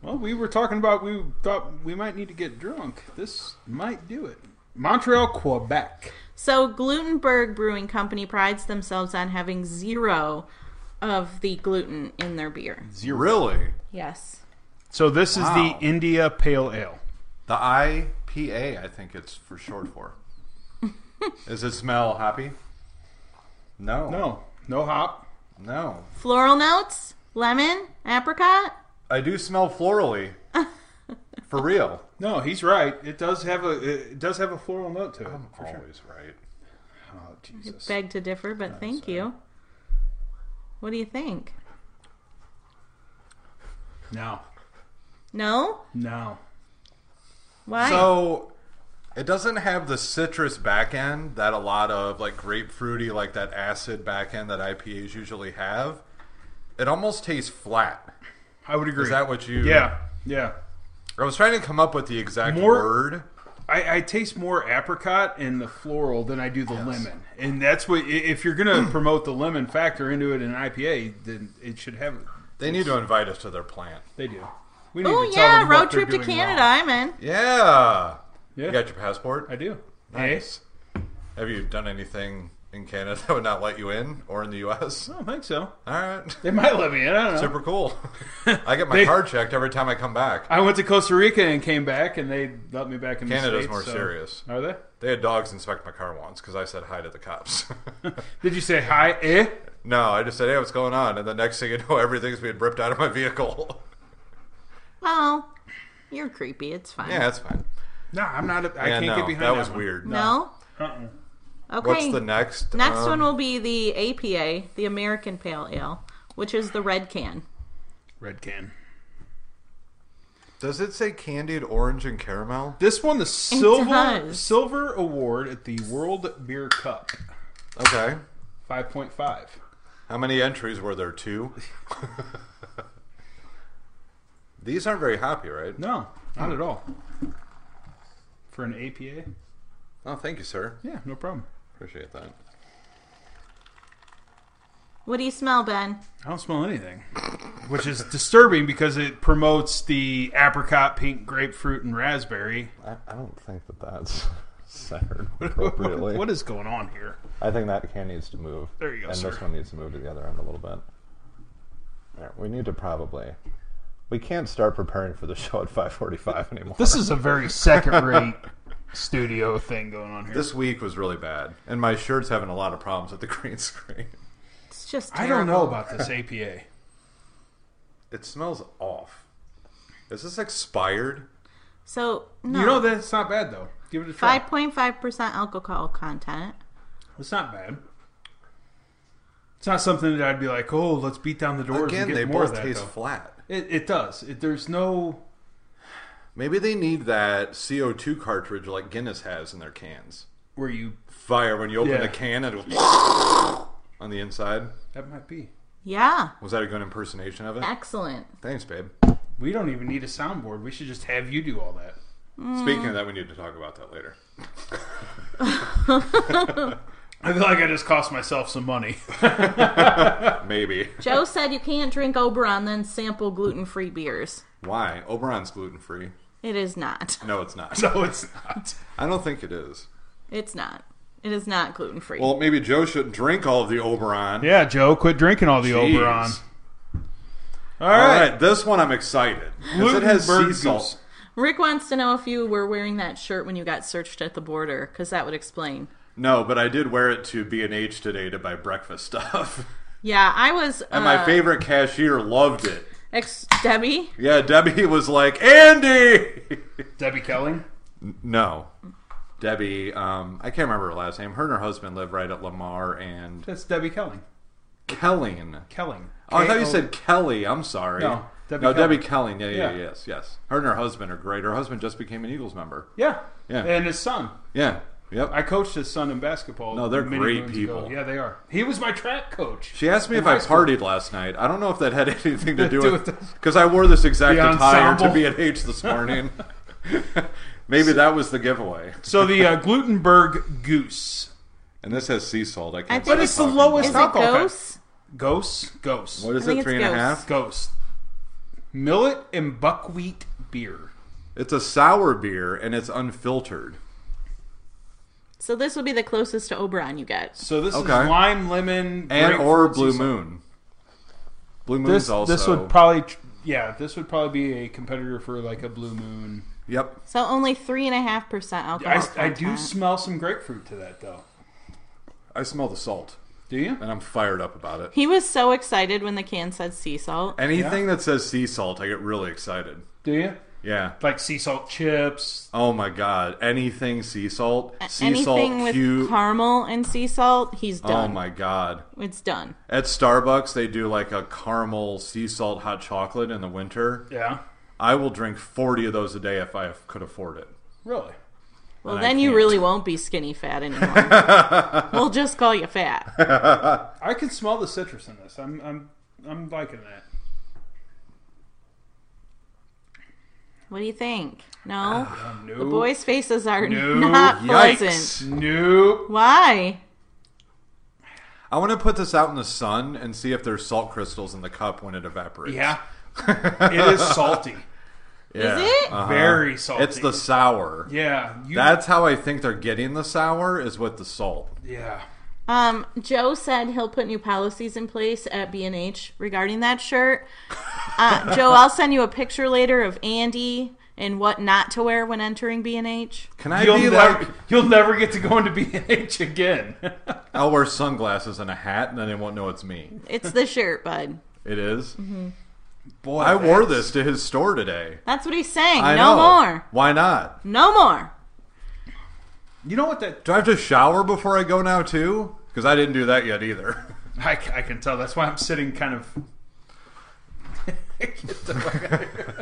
[SPEAKER 2] Well, we were talking about we thought we might need to get drunk. This might do it. Montreal, Quebec.
[SPEAKER 3] So Glutenberg Brewing Company prides themselves on having zero of the gluten in their beer.
[SPEAKER 1] You really?
[SPEAKER 3] Yes.
[SPEAKER 2] So this
[SPEAKER 1] Wow.
[SPEAKER 2] is the India Pale Ale.
[SPEAKER 1] The IPA, I think it's for short for. Does it smell hoppy? No.
[SPEAKER 2] No, no hop.
[SPEAKER 1] No.
[SPEAKER 3] Floral notes, lemon, apricot.
[SPEAKER 1] I do smell florally. for real.
[SPEAKER 2] No, he's right. It does have a it does have a floral note to it. for sure.
[SPEAKER 1] Always right.
[SPEAKER 2] Oh Jesus.
[SPEAKER 3] Beg to differ, but thank you. What do you think?
[SPEAKER 2] No,
[SPEAKER 3] No?
[SPEAKER 2] no.
[SPEAKER 3] Why?
[SPEAKER 1] So it doesn't have the citrus back end that a lot of like grapefruity, like that acid back end that IPAs usually have. It almost tastes flat.
[SPEAKER 2] I would agree.
[SPEAKER 1] Is that what you?
[SPEAKER 2] yeah, yeah.
[SPEAKER 1] I was trying to come up with the exact
[SPEAKER 2] More-
[SPEAKER 1] word.
[SPEAKER 2] I, I taste more apricot and the floral than I do the lemon, and that's what i- if you're
[SPEAKER 1] Hmm.
[SPEAKER 2] gonna promote the lemon factor into it in an IPA, then it should have.
[SPEAKER 1] They need to invite us to their plant.
[SPEAKER 2] They do. We need
[SPEAKER 3] oh,
[SPEAKER 2] to tell
[SPEAKER 3] yeah,
[SPEAKER 2] them what
[SPEAKER 3] road
[SPEAKER 2] they're
[SPEAKER 3] trip to
[SPEAKER 2] doing
[SPEAKER 3] Canada.
[SPEAKER 2] wrong.
[SPEAKER 3] I'm in.
[SPEAKER 1] Yeah.
[SPEAKER 2] Yeah,
[SPEAKER 1] You got your passport?
[SPEAKER 2] I do.
[SPEAKER 1] Nice. Have you done anything in Canada that would not let you in or in the U.S.?
[SPEAKER 2] Eh, I don't think so.
[SPEAKER 1] All right.
[SPEAKER 2] They might let me in. I don't know.
[SPEAKER 1] Super cool. I get my
[SPEAKER 2] They-
[SPEAKER 1] car checked every time I come back.
[SPEAKER 2] I went to Costa Rica and came back, and they let me back in. the
[SPEAKER 1] Canada's
[SPEAKER 2] States,
[SPEAKER 1] more
[SPEAKER 2] so-
[SPEAKER 1] serious.
[SPEAKER 2] Are they?
[SPEAKER 1] They had dogs inspect my car once because I said hi to the cops.
[SPEAKER 2] Did you say hi? Eh?
[SPEAKER 1] no, I just said, hey, what's going on? And the next thing you know, everything's being ripped out of my vehicle.
[SPEAKER 3] Well, you're creepy. It's fine.
[SPEAKER 1] yeah, that's fine.
[SPEAKER 2] No, I'm not. A, I
[SPEAKER 1] yeah,
[SPEAKER 2] can't
[SPEAKER 1] no,
[SPEAKER 2] get behind
[SPEAKER 1] that was
[SPEAKER 2] one.
[SPEAKER 1] weird.
[SPEAKER 3] No?
[SPEAKER 2] Uh-uh.
[SPEAKER 3] Okay.
[SPEAKER 1] What's the next?
[SPEAKER 3] Next
[SPEAKER 1] um,
[SPEAKER 3] one will be the APA, the American Pale Ale, which is the red can.
[SPEAKER 2] Red can.
[SPEAKER 1] Does it say candied orange and caramel?
[SPEAKER 2] This won the silver
[SPEAKER 3] does.
[SPEAKER 2] silver award at the World Beer Cup.
[SPEAKER 1] Okay.
[SPEAKER 2] Five point five.
[SPEAKER 1] How many entries were there? Two? These aren't very happy, right?
[SPEAKER 2] No, not at all. For an APA?
[SPEAKER 1] Oh, thank you, sir.
[SPEAKER 2] Yeah, no problem.
[SPEAKER 1] Appreciate that.
[SPEAKER 3] What do you smell, Ben?
[SPEAKER 2] I don't smell anything, which is disturbing because it promotes the apricot, pink grapefruit, and raspberry.
[SPEAKER 1] I, I don't think that that's centered
[SPEAKER 2] what is going on here?
[SPEAKER 1] I think that can needs to move.
[SPEAKER 2] There you go,
[SPEAKER 5] and
[SPEAKER 2] sir.
[SPEAKER 5] this one needs to move to the other end a little bit. There, we need to probably. We can't start preparing for the show at 5:45 anymore.
[SPEAKER 2] This is a very second-rate studio thing going on here.
[SPEAKER 1] This week was really bad, and my shirt's having a lot of problems with the green screen.
[SPEAKER 3] It's just
[SPEAKER 2] I
[SPEAKER 3] terrible.
[SPEAKER 2] don't know about this APA.
[SPEAKER 1] It smells off. Is this expired?
[SPEAKER 3] So no,
[SPEAKER 2] You know that it's not bad though. Give it a try.
[SPEAKER 3] five point five percent alcohol content.
[SPEAKER 2] It's not bad. It's not something that I'd be like, oh, let's beat down the doors
[SPEAKER 1] Again,
[SPEAKER 2] and get
[SPEAKER 1] they
[SPEAKER 2] more
[SPEAKER 1] both
[SPEAKER 2] of that.
[SPEAKER 1] taste
[SPEAKER 2] though.
[SPEAKER 1] flat.
[SPEAKER 2] It, it does. It, there's no.
[SPEAKER 1] Maybe they need that CO2 cartridge like Guinness has in their cans.
[SPEAKER 2] Where you.
[SPEAKER 1] Fire when you open
[SPEAKER 2] Yeah.
[SPEAKER 1] the can and on the inside.
[SPEAKER 2] That might be.
[SPEAKER 3] Yeah,
[SPEAKER 1] Was that a good impersonation of it?
[SPEAKER 3] excellent.
[SPEAKER 1] Thanks, babe.
[SPEAKER 2] We don't even need a soundboard. We should just have you do all that. Mm-hmm.
[SPEAKER 1] Speaking of that, we need to talk about that later.
[SPEAKER 2] I feel like I just cost myself some money.
[SPEAKER 1] Maybe.
[SPEAKER 3] Joe said you can't drink Oberon then sample gluten free beers.
[SPEAKER 1] Why? Oberon's gluten free.
[SPEAKER 3] It is not.
[SPEAKER 1] No, it's not.
[SPEAKER 2] No, it's not.
[SPEAKER 1] I don't think it is.
[SPEAKER 3] It's not. It is not gluten free.
[SPEAKER 1] Well, maybe Joe shouldn't drink all of the Oberon.
[SPEAKER 2] Yeah, Joe, quit drinking all the
[SPEAKER 1] Jeez.
[SPEAKER 2] Oberon. All
[SPEAKER 1] All
[SPEAKER 2] right.
[SPEAKER 1] right, this one I'm excited. 'Cause It
[SPEAKER 2] Gluten
[SPEAKER 1] has sea
[SPEAKER 2] bird
[SPEAKER 1] salt.
[SPEAKER 2] juice.
[SPEAKER 3] Rick wants to know if you were wearing that shirt when you got searched at the border, because that would explain.
[SPEAKER 1] No, but I did wear it to B&H today to buy breakfast stuff.
[SPEAKER 3] Yeah, I was.
[SPEAKER 1] And my
[SPEAKER 2] Ah.
[SPEAKER 3] uh,
[SPEAKER 1] favorite cashier loved it.
[SPEAKER 3] Ex- Debbie.
[SPEAKER 1] Yeah, Debbie was like, Andy!
[SPEAKER 2] Debbie Kelling.
[SPEAKER 1] no. Debbie, um, I can't remember her last name. Her and her husband live right at Lamar and
[SPEAKER 2] That's Debbie Kelling.
[SPEAKER 1] Kelling.
[SPEAKER 2] Kelling.
[SPEAKER 1] Oh, I thought you
[SPEAKER 2] K-O-
[SPEAKER 1] said Kelly. I'm sorry.
[SPEAKER 2] No, Debbie
[SPEAKER 1] no,
[SPEAKER 2] Kelling.
[SPEAKER 1] Debbie Kelling. Yeah, yeah,
[SPEAKER 2] Yeah.
[SPEAKER 1] yes, yes. Her and her husband are great. Her husband just became an Eagles member.
[SPEAKER 2] Yeah.
[SPEAKER 1] Yeah.
[SPEAKER 2] And his son.
[SPEAKER 1] Yeah, yep.
[SPEAKER 2] I coached his son in basketball.
[SPEAKER 1] No, they're
[SPEAKER 2] many
[SPEAKER 1] great
[SPEAKER 2] moons
[SPEAKER 1] people.
[SPEAKER 2] Ago. Yeah, they are. He was my track coach.
[SPEAKER 1] She asked me if
[SPEAKER 2] high
[SPEAKER 1] I
[SPEAKER 2] school.
[SPEAKER 1] partied last night. I don't know if that had anything to do
[SPEAKER 2] Do
[SPEAKER 1] with
[SPEAKER 2] with this.
[SPEAKER 1] because I wore this exact
[SPEAKER 2] The
[SPEAKER 1] attire to
[SPEAKER 2] ensemble.
[SPEAKER 1] be at H this morning. Maybe that was the giveaway.
[SPEAKER 2] So the uh, Glutenberg Goose.
[SPEAKER 1] And this has sea salt. I
[SPEAKER 3] I
[SPEAKER 1] can't.
[SPEAKER 3] think- But
[SPEAKER 2] it's the
[SPEAKER 1] stop
[SPEAKER 2] lowest-
[SPEAKER 1] talking
[SPEAKER 3] Is
[SPEAKER 1] about
[SPEAKER 2] alcohol
[SPEAKER 3] it
[SPEAKER 2] fat.
[SPEAKER 3] ghosts?
[SPEAKER 2] Ghost. Ghost.
[SPEAKER 1] it. What is
[SPEAKER 3] I think
[SPEAKER 1] it?
[SPEAKER 3] it's
[SPEAKER 1] Three and a
[SPEAKER 3] ghost.
[SPEAKER 1] half.
[SPEAKER 2] Ghost. Millet and buckwheat beer.
[SPEAKER 1] It's a sour beer and it's unfiltered.
[SPEAKER 3] So this would be the closest to Oberon you get.
[SPEAKER 2] So this
[SPEAKER 1] Okay.
[SPEAKER 2] is lime, lemon,
[SPEAKER 1] And
[SPEAKER 2] grapefruit,
[SPEAKER 1] or
[SPEAKER 2] sea
[SPEAKER 1] blue
[SPEAKER 2] salt.
[SPEAKER 1] moon. Blue moon's
[SPEAKER 2] This
[SPEAKER 1] also.
[SPEAKER 2] this would probably tr- yeah this would probably be a competitor for like a blue moon.
[SPEAKER 1] Yep.
[SPEAKER 3] So only three and a half percent alcohol.
[SPEAKER 2] I, I do
[SPEAKER 3] content.
[SPEAKER 2] smell some grapefruit to that though.
[SPEAKER 1] I smell the salt
[SPEAKER 2] Do you?
[SPEAKER 1] and I'm fired up about it.
[SPEAKER 3] He was so excited when the can said sea salt.
[SPEAKER 1] Anything that says sea salt, I get really excited.
[SPEAKER 2] Do you?
[SPEAKER 1] Yeah.
[SPEAKER 2] Like sea salt chips.
[SPEAKER 1] Oh my god. Anything sea salt. Sea
[SPEAKER 3] Anything
[SPEAKER 1] salt
[SPEAKER 3] with
[SPEAKER 1] cute.
[SPEAKER 3] caramel and sea salt, he's
[SPEAKER 1] oh
[SPEAKER 3] done.
[SPEAKER 1] my god.
[SPEAKER 3] It's done.
[SPEAKER 1] At Starbucks, they do like a caramel sea salt hot chocolate in the winter.
[SPEAKER 2] Yeah.
[SPEAKER 1] I will drink 40 of those a day if I could afford it.
[SPEAKER 2] Really?
[SPEAKER 3] Well,
[SPEAKER 1] And I
[SPEAKER 3] then you
[SPEAKER 1] can't.
[SPEAKER 3] really won't be skinny fat anymore. we'll just call you fat.
[SPEAKER 2] I can smell the citrus in this. I'm I'm I'm liking that.
[SPEAKER 3] What do you think? No?
[SPEAKER 2] No.
[SPEAKER 3] the boys' faces are
[SPEAKER 2] No.
[SPEAKER 3] not pleasant.
[SPEAKER 1] Yikes.
[SPEAKER 2] Nope.
[SPEAKER 3] Why?
[SPEAKER 1] I want to put this out in the sun and see if there's salt crystals in the cup when it evaporates.
[SPEAKER 2] Yeah. it is salty.
[SPEAKER 1] Yeah.
[SPEAKER 3] it?
[SPEAKER 1] Uh-huh.
[SPEAKER 2] Very salty.
[SPEAKER 1] It's the sour.
[SPEAKER 2] yeah. You,
[SPEAKER 1] That's how I think they're getting the sour is with the salt.
[SPEAKER 2] yeah.
[SPEAKER 3] Um, Joe said he'll put new policies in place at B&H regarding that shirt. Uh, Joe, I'll send you a picture later of Andy and what not to wear when entering B&H.
[SPEAKER 1] Can I
[SPEAKER 2] You'll
[SPEAKER 1] be
[SPEAKER 2] never,
[SPEAKER 1] like
[SPEAKER 2] you'll never get to go into BH again.
[SPEAKER 1] I'll wear sunglasses and a hat and then they won't know it's me.
[SPEAKER 3] It's the shirt, bud.
[SPEAKER 1] It is?
[SPEAKER 3] Mm-hmm.
[SPEAKER 1] Boy, I wore this to his store today.
[SPEAKER 3] That's what he's saying.
[SPEAKER 1] I know.
[SPEAKER 3] no more.
[SPEAKER 1] Why not?
[SPEAKER 3] No more.
[SPEAKER 2] you know what that
[SPEAKER 1] Do I have to shower before I go now too? Because I didn't do that yet either.
[SPEAKER 2] I, c- I can tell. That's why I'm sitting kind of.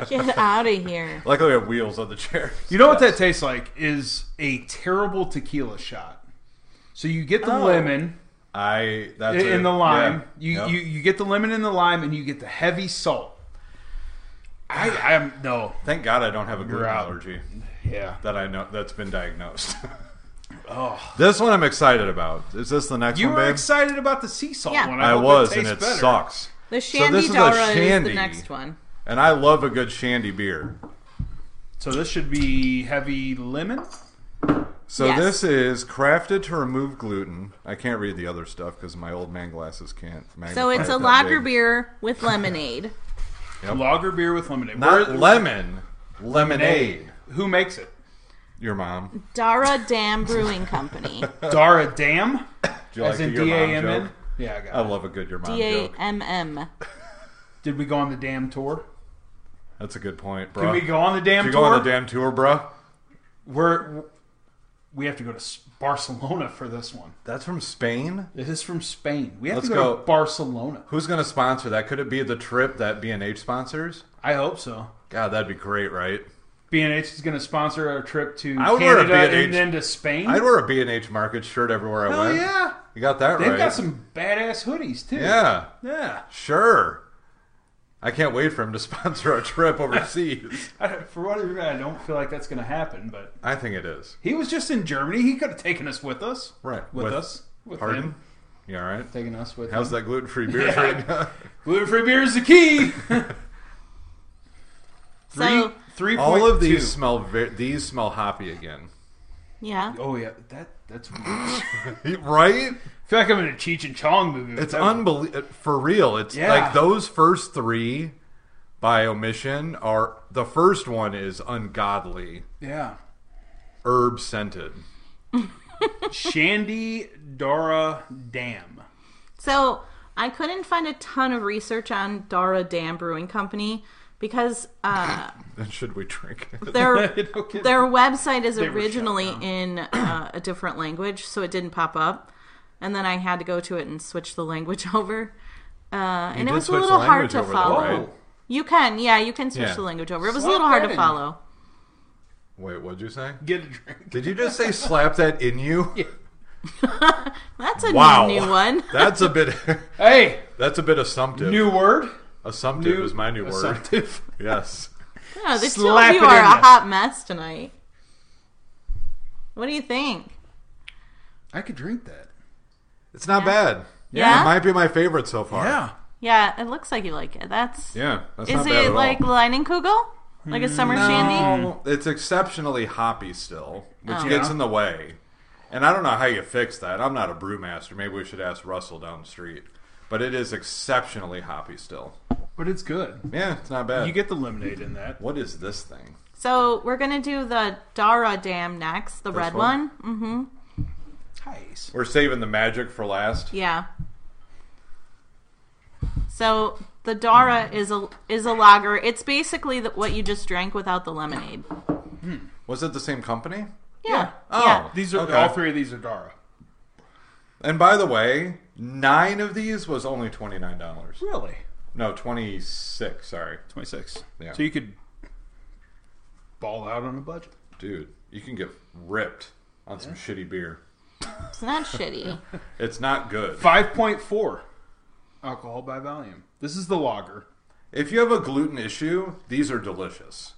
[SPEAKER 3] Get out of here.
[SPEAKER 1] Luckily, we have wheels on the chair.
[SPEAKER 2] You know what that tastes like is a terrible tequila shot. So you get the
[SPEAKER 3] Oh.
[SPEAKER 2] lemon
[SPEAKER 1] I
[SPEAKER 2] i-
[SPEAKER 1] that's it.
[SPEAKER 2] in the lime.
[SPEAKER 1] Yeah.
[SPEAKER 2] You,
[SPEAKER 1] Yep.
[SPEAKER 2] you you get the lemon in the lime, and you get the heavy salt. I I'm no
[SPEAKER 1] Thank God I don't have a gluten
[SPEAKER 2] out.
[SPEAKER 1] allergy
[SPEAKER 2] yeah.
[SPEAKER 1] that I know that's been diagnosed.
[SPEAKER 2] Oh,
[SPEAKER 1] this one I'm excited about. Is this the next
[SPEAKER 2] you
[SPEAKER 1] one,
[SPEAKER 2] were
[SPEAKER 1] babe?
[SPEAKER 2] excited about the sea salt
[SPEAKER 3] Yeah.
[SPEAKER 2] one.
[SPEAKER 1] I
[SPEAKER 2] hope
[SPEAKER 1] was, and
[SPEAKER 2] tastes
[SPEAKER 1] it
[SPEAKER 2] better.
[SPEAKER 1] sucks.
[SPEAKER 3] The
[SPEAKER 1] this
[SPEAKER 3] Shandy
[SPEAKER 1] is a
[SPEAKER 3] Dara is
[SPEAKER 1] shandy.
[SPEAKER 3] the next one.
[SPEAKER 1] And I love a good shandy beer.
[SPEAKER 2] So this should be heavy lemon.
[SPEAKER 1] So
[SPEAKER 3] Yes.
[SPEAKER 1] this is crafted to remove gluten. I can't read the other stuff because my old man glasses can't.
[SPEAKER 3] So
[SPEAKER 1] magnify
[SPEAKER 3] it's
[SPEAKER 1] it
[SPEAKER 3] a
[SPEAKER 1] that
[SPEAKER 3] lager
[SPEAKER 1] big.
[SPEAKER 3] beer with lemonade.
[SPEAKER 2] Lager beer with lemonade.
[SPEAKER 1] not
[SPEAKER 2] Where-
[SPEAKER 1] lemon, lemonade.
[SPEAKER 2] Who makes it?
[SPEAKER 1] Your mom.
[SPEAKER 3] Dara Dam Brewing Company.
[SPEAKER 2] Dara Dam,
[SPEAKER 1] Do you
[SPEAKER 2] as
[SPEAKER 1] like
[SPEAKER 2] in
[SPEAKER 1] the
[SPEAKER 2] D
[SPEAKER 1] your
[SPEAKER 2] A
[SPEAKER 1] mom
[SPEAKER 2] M N.
[SPEAKER 1] joke?
[SPEAKER 2] Yeah, I got
[SPEAKER 1] I
[SPEAKER 2] it.
[SPEAKER 1] love a good your mom
[SPEAKER 3] D A
[SPEAKER 1] joke.
[SPEAKER 3] M M.
[SPEAKER 2] Did we go on the damn tour?
[SPEAKER 1] That's a good point,
[SPEAKER 2] Did
[SPEAKER 1] bro.
[SPEAKER 2] we go on the damn
[SPEAKER 1] Uh, you go
[SPEAKER 2] tour?
[SPEAKER 1] on the damn tour, bro?
[SPEAKER 2] We're we have to go to S- Barcelona for this one.
[SPEAKER 1] That's from Spain.
[SPEAKER 2] This is from Spain. We have
[SPEAKER 1] Let's
[SPEAKER 2] to go,
[SPEAKER 1] go.
[SPEAKER 2] to Barcelona.
[SPEAKER 1] Who's going to sponsor that? Could it be the trip that B&H sponsors?
[SPEAKER 2] I hope so.
[SPEAKER 1] God, that'd be great, right?
[SPEAKER 2] B&H is going to sponsor our trip to
[SPEAKER 1] I would wear a
[SPEAKER 2] Canada
[SPEAKER 1] B&H.
[SPEAKER 2] and then to Spain.
[SPEAKER 1] I'd wear a B&H Market shirt everywhere I
[SPEAKER 2] Hell
[SPEAKER 1] went.
[SPEAKER 2] yeah!
[SPEAKER 1] You got that
[SPEAKER 2] They've
[SPEAKER 1] right.
[SPEAKER 2] got some badass hoodies too.
[SPEAKER 1] yeah,
[SPEAKER 2] yeah.
[SPEAKER 1] sure. I can't wait for him to sponsor our trip overseas.
[SPEAKER 2] I, don't- for whatever reason, I don't feel like that's going to happen. But
[SPEAKER 1] I think it is.
[SPEAKER 2] he was just in Germany. He could have taken us with us.
[SPEAKER 1] Right.
[SPEAKER 2] With,
[SPEAKER 1] With-
[SPEAKER 2] us. With
[SPEAKER 1] Pardon?
[SPEAKER 2] him.
[SPEAKER 1] You all right?
[SPEAKER 2] Taking us with
[SPEAKER 1] How's
[SPEAKER 2] him.
[SPEAKER 1] that gluten-free beer right now?
[SPEAKER 2] Gluten free beer is the key.
[SPEAKER 3] So
[SPEAKER 2] Three- Three
[SPEAKER 1] All of these smell ve- these smell hoppy again,
[SPEAKER 3] Yeah.
[SPEAKER 2] Oh yeah, that that's. Weird. I
[SPEAKER 1] right?
[SPEAKER 2] feel like I'm in a Cheech and Chong movie.
[SPEAKER 1] It's
[SPEAKER 2] That was-
[SPEAKER 1] unbelievable for real. It's
[SPEAKER 2] Yeah.
[SPEAKER 1] like those first three by omission are the first one is ungodly
[SPEAKER 2] Yeah.
[SPEAKER 1] herb scented.
[SPEAKER 2] Shandy Dara Dam.
[SPEAKER 3] So I couldn't find a ton of research on Dara Dam Brewing Company because uh,
[SPEAKER 1] Then should we drink it?
[SPEAKER 3] their
[SPEAKER 2] No kidding.
[SPEAKER 3] their website is
[SPEAKER 2] were shut
[SPEAKER 3] originally in uh, a different language, so it didn't pop up. And then I had to go to it and switch the language over, uh, and it
[SPEAKER 1] did
[SPEAKER 3] was a
[SPEAKER 1] switch the
[SPEAKER 3] little
[SPEAKER 1] language
[SPEAKER 3] hard to
[SPEAKER 1] over, though,
[SPEAKER 2] Oh.
[SPEAKER 3] follow.
[SPEAKER 1] right?
[SPEAKER 3] You can, yeah, you can switch
[SPEAKER 1] Yeah.
[SPEAKER 3] the language over. It was
[SPEAKER 2] Slap
[SPEAKER 3] a little hard
[SPEAKER 2] that
[SPEAKER 3] to
[SPEAKER 2] in.
[SPEAKER 3] follow.
[SPEAKER 1] Wait, what'd you say?
[SPEAKER 2] Get a drink.
[SPEAKER 1] Did you just say slap that in you?
[SPEAKER 3] That's a
[SPEAKER 1] Wow.
[SPEAKER 3] new one.
[SPEAKER 1] That's a bit
[SPEAKER 2] Hey,
[SPEAKER 1] that's a bit assumptive.
[SPEAKER 2] new word.
[SPEAKER 1] assumptive is my new word.
[SPEAKER 2] Assumptive.
[SPEAKER 1] Yes.
[SPEAKER 3] Yeah, the two
[SPEAKER 2] Slap
[SPEAKER 3] of
[SPEAKER 2] it
[SPEAKER 3] you are
[SPEAKER 2] in
[SPEAKER 3] a
[SPEAKER 2] ya.
[SPEAKER 3] hot mess tonight. What do you think?
[SPEAKER 2] I could drink that.
[SPEAKER 1] It's not bad.
[SPEAKER 3] Yeah?
[SPEAKER 1] It might be my favorite so far.
[SPEAKER 2] Yeah.
[SPEAKER 3] Yeah, it looks like you like it. That's
[SPEAKER 1] Yeah. That's
[SPEAKER 3] is
[SPEAKER 1] not bad
[SPEAKER 3] it
[SPEAKER 1] at
[SPEAKER 3] like
[SPEAKER 1] all. Mm,
[SPEAKER 3] Leinenkugel? Like a summer shandy?
[SPEAKER 1] No, it's exceptionally hoppy still, which
[SPEAKER 3] Oh.
[SPEAKER 1] gets
[SPEAKER 2] Yeah.
[SPEAKER 1] in the way. And I don't know how you fix that. I'm not a brewmaster. Maybe we should ask Russell down the street. But it is exceptionally hoppy still.
[SPEAKER 2] But it's good.
[SPEAKER 1] Yeah, it's not bad.
[SPEAKER 2] You get the lemonade in that.
[SPEAKER 1] what is this thing?
[SPEAKER 3] So we're gonna do the Dara Dam next, the red one.
[SPEAKER 1] one?
[SPEAKER 3] Mm-hmm.
[SPEAKER 2] Nice.
[SPEAKER 1] We're saving the magic for last.
[SPEAKER 3] Mm, Yeah. So the Dara is a is a lager. It's basically the, what you just drank without the lemonade.
[SPEAKER 1] Was it the same company?
[SPEAKER 3] Yeah.
[SPEAKER 1] Oh.
[SPEAKER 3] Yeah.
[SPEAKER 2] These are
[SPEAKER 1] Okay.
[SPEAKER 2] all three of these are Dara.
[SPEAKER 1] And by the way, nine of these was only twenty nine dollars.
[SPEAKER 2] Really?
[SPEAKER 1] No, twenty six. Sorry,
[SPEAKER 2] Twenty six.
[SPEAKER 1] Yeah.
[SPEAKER 2] So you could ball out on a budget.
[SPEAKER 1] dude, you can get ripped on some shitty beer.
[SPEAKER 3] It's not shitty.
[SPEAKER 1] It's not good.
[SPEAKER 2] Five point four alcohol by volume. This is the lager.
[SPEAKER 1] If you have a gluten issue, these are delicious.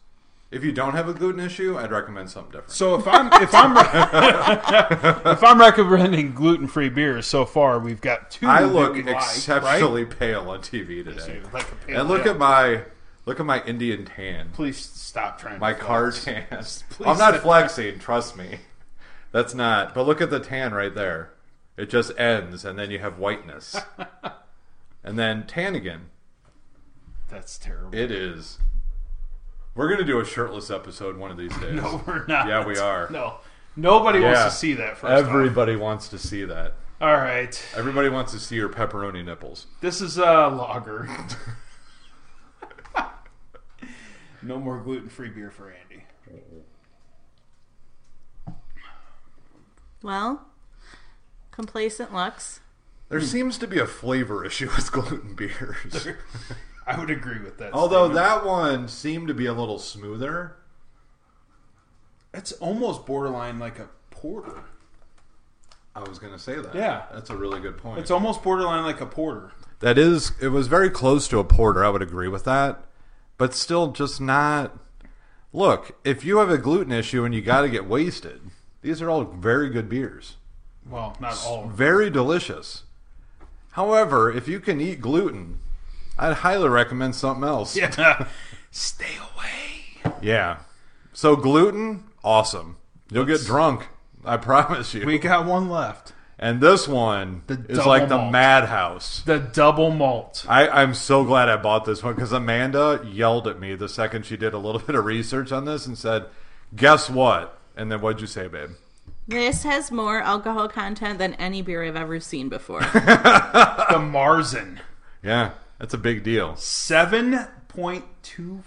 [SPEAKER 1] If you don't have a gluten issue, I'd recommend something different.
[SPEAKER 2] So if I'm if I'm if I'm recommending gluten free beers so far, we've got two.
[SPEAKER 1] I
[SPEAKER 2] that
[SPEAKER 1] look
[SPEAKER 2] we like, right?
[SPEAKER 1] exceptionally pale on TV today.
[SPEAKER 2] Dude, like a pale
[SPEAKER 1] And look
[SPEAKER 2] ale.
[SPEAKER 1] at my look at my Indian tan.
[SPEAKER 2] Please stop trying.
[SPEAKER 1] My
[SPEAKER 2] to
[SPEAKER 1] car
[SPEAKER 2] flex.
[SPEAKER 1] tan.
[SPEAKER 2] please
[SPEAKER 1] I'm not
[SPEAKER 2] stop.
[SPEAKER 1] flexing, trust me. That's not. But look at the tan right there. It just ends and then you have whiteness. and then tan again.
[SPEAKER 2] That's terrible.
[SPEAKER 1] It is. We're going to do a shirtless episode one of these days.
[SPEAKER 2] no, we're not.
[SPEAKER 1] Yeah, we are.
[SPEAKER 2] No, nobody
[SPEAKER 1] Yeah.
[SPEAKER 2] wants to see that. First off.
[SPEAKER 1] Everybody wants to see that.
[SPEAKER 2] All right,
[SPEAKER 1] Everybody wants to see your pepperoni nipples.
[SPEAKER 2] this is uh, lager. no more gluten free beer for Andy.
[SPEAKER 3] well, complacent looks.
[SPEAKER 1] There
[SPEAKER 2] Hmm.
[SPEAKER 1] seems to be a flavor issue with gluten beers.
[SPEAKER 2] I would agree with that.
[SPEAKER 1] Although
[SPEAKER 2] statement.
[SPEAKER 1] that one seemed to be a little smoother.
[SPEAKER 2] it's almost borderline like a porter.
[SPEAKER 1] I was going to say that.
[SPEAKER 2] Yeah.
[SPEAKER 1] That's a really good point.
[SPEAKER 2] It's almost borderline like a porter.
[SPEAKER 1] That is, it was very close to a porter. I would agree with that, but still, just not. Look, if you have a gluten issue and you got to get wasted, these are all very good beers,
[SPEAKER 2] Well, not all. of them.
[SPEAKER 1] very delicious. However, if you can eat gluten, I'd highly recommend something else.
[SPEAKER 2] Yeah. Stay away.
[SPEAKER 1] Yeah. So gluten, awesome. You'll get drunk. I promise you.
[SPEAKER 2] We got one left.
[SPEAKER 1] and this one
[SPEAKER 2] The
[SPEAKER 1] is like
[SPEAKER 2] double
[SPEAKER 1] the
[SPEAKER 2] malt.
[SPEAKER 1] madhouse.
[SPEAKER 2] The double malt.
[SPEAKER 1] I, I'm so glad I bought this one because Amanda yelled at me the second she did a little bit of research on this and said, Guess what? And then what'd you say, babe?
[SPEAKER 3] This has more alcohol content than any beer I've ever seen before.
[SPEAKER 2] The Marzen.
[SPEAKER 1] Yeah, that's a big deal.
[SPEAKER 2] 7.25.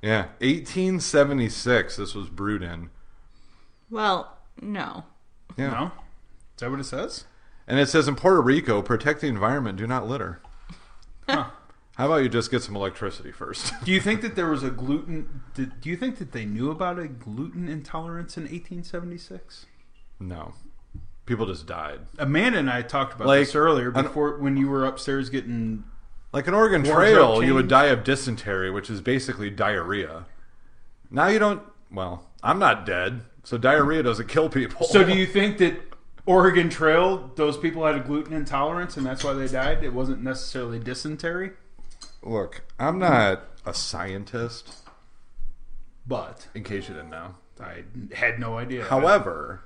[SPEAKER 1] Yeah, 1876, this was brewed in.
[SPEAKER 3] well, no.
[SPEAKER 1] Yeah.
[SPEAKER 2] No? Is that what it says?
[SPEAKER 1] And it says in Puerto Rico, protect the environment, do not litter. How about you just get some electricity first?
[SPEAKER 2] Do you think that there was a gluten. Did, do you think that they knew about a gluten intolerance in 1876?
[SPEAKER 1] no. People just died.
[SPEAKER 2] Amanda and I talked about
[SPEAKER 1] Like,
[SPEAKER 2] this earlier
[SPEAKER 1] an-
[SPEAKER 2] before when you were upstairs getting.
[SPEAKER 1] Like an Oregon
[SPEAKER 2] War
[SPEAKER 1] Trail,
[SPEAKER 2] zone
[SPEAKER 1] you would
[SPEAKER 2] change.
[SPEAKER 1] die of dysentery, which is basically diarrhea. Now you don't. Well, I'm not dead, so diarrhea doesn't kill people.
[SPEAKER 2] So do you think that Oregon Trail, those people had a gluten intolerance and that's why they died? It wasn't necessarily dysentery?
[SPEAKER 1] look? I'm not a scientist,
[SPEAKER 2] But
[SPEAKER 1] in case you didn't know.
[SPEAKER 2] I had no idea.
[SPEAKER 1] However,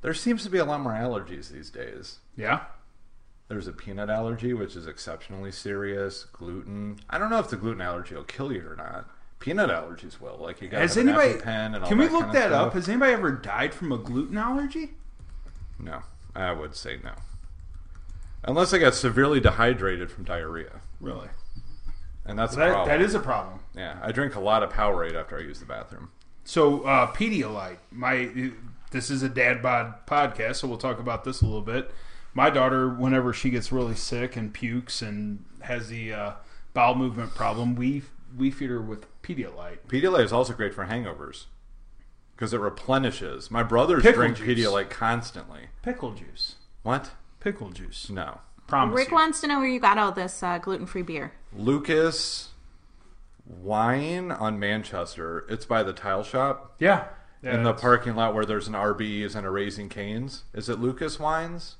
[SPEAKER 1] there seems to be a lot more allergies these days.
[SPEAKER 2] yeah,
[SPEAKER 1] There's a peanut allergy, which is exceptionally serious. Gluten. I don't know if the gluten allergy will kill you or not. Peanut allergies will. Like you got
[SPEAKER 2] has
[SPEAKER 1] an
[SPEAKER 2] anybody?
[SPEAKER 1] pen and all
[SPEAKER 2] can we
[SPEAKER 1] that
[SPEAKER 2] look
[SPEAKER 1] kind of
[SPEAKER 2] that
[SPEAKER 1] stuff.
[SPEAKER 2] up? Has anybody ever died from a gluten allergy?
[SPEAKER 1] No, I would say no. Unless I got severely dehydrated from diarrhea,
[SPEAKER 2] Really?
[SPEAKER 1] and that's a
[SPEAKER 2] That,
[SPEAKER 1] problem.
[SPEAKER 2] that is a problem.
[SPEAKER 1] yeah, I drink a lot of Powerade after I use the bathroom.
[SPEAKER 2] So uh, Pedialyte, my this is a dad bod podcast, so we'll talk about this a little bit. My daughter, whenever she gets really sick and pukes and has the uh, bowel movement problem, we we feed her with Pedialyte.
[SPEAKER 1] Pedialyte is also great for hangovers because it replenishes. My brothers
[SPEAKER 2] Pickle
[SPEAKER 1] drink
[SPEAKER 2] juice.
[SPEAKER 1] Pedialyte constantly.
[SPEAKER 2] Pickle juice,
[SPEAKER 1] What?
[SPEAKER 2] pickle juice.
[SPEAKER 1] No.
[SPEAKER 2] Promise
[SPEAKER 3] Rick
[SPEAKER 2] you.
[SPEAKER 3] wants to know where you got all this uh, gluten free beer.
[SPEAKER 1] Lucas Wine on Manchester. It's by the tile shop
[SPEAKER 2] Yeah. yeah
[SPEAKER 1] in the
[SPEAKER 2] that's-
[SPEAKER 1] parking lot where there's an RBE's and a Raising Canes. Is it Lucas Wines?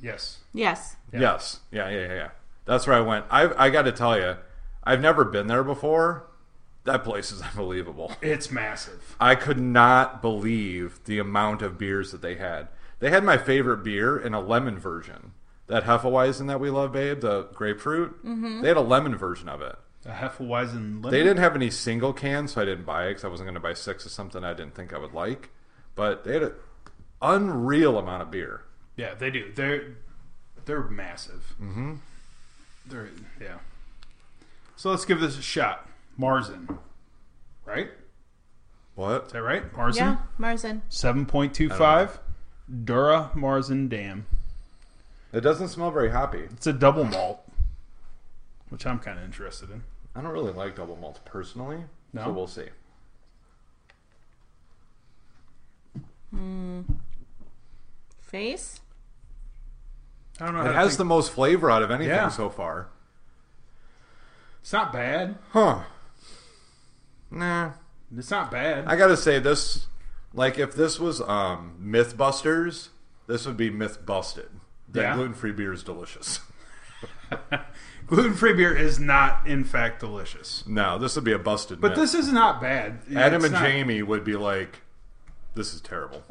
[SPEAKER 2] Yes.
[SPEAKER 3] Yes.
[SPEAKER 1] Yes. Yeah, yeah, yeah, yeah. That's where I went. I I got to tell you, I've never been there before. That place is unbelievable.
[SPEAKER 2] It's massive.
[SPEAKER 1] I could not believe the amount of beers that they had. They had my favorite beer in a lemon version. That Hefeweizen that we love, babe, the grapefruit. Mm-hmm. They had a lemon version of it.
[SPEAKER 2] A Hefeweizen lemon.
[SPEAKER 1] They didn't have any single cans, so I didn't buy it because I wasn't going to buy six of something I didn't think I would like. But they had an unreal amount of beer.
[SPEAKER 2] Yeah, they do. They're they're massive. Mm-hmm. They're yeah. So let's give this a shot. Marzen, right? Is
[SPEAKER 1] What?
[SPEAKER 2] that right? Marzen,
[SPEAKER 3] Yeah, Marzen.
[SPEAKER 2] seven point two five. Dura Marzen Dam.
[SPEAKER 1] It doesn't smell very hoppy.
[SPEAKER 2] It's a double malt, which I'm kind of interested in.
[SPEAKER 1] I don't really like double malts personally.
[SPEAKER 2] No?
[SPEAKER 1] So we'll see.
[SPEAKER 3] Face?
[SPEAKER 2] I don't know. How
[SPEAKER 1] It
[SPEAKER 2] to
[SPEAKER 1] has
[SPEAKER 2] think-
[SPEAKER 1] the most flavor out of anything
[SPEAKER 2] Yeah.
[SPEAKER 1] so far.
[SPEAKER 2] It's not bad.
[SPEAKER 1] Huh. Nah.
[SPEAKER 2] It's not bad.
[SPEAKER 1] I gotta say this like if this was um Mythbusters, this would be Myth Busted. That
[SPEAKER 2] Yeah.
[SPEAKER 1] gluten free beer is delicious.
[SPEAKER 2] Gluten free beer is not, in fact, delicious.
[SPEAKER 1] no, this would be a busted
[SPEAKER 2] But this is not bad.
[SPEAKER 1] Adam
[SPEAKER 2] It's
[SPEAKER 1] and
[SPEAKER 2] not-
[SPEAKER 1] Jamie would be like, This is terrible.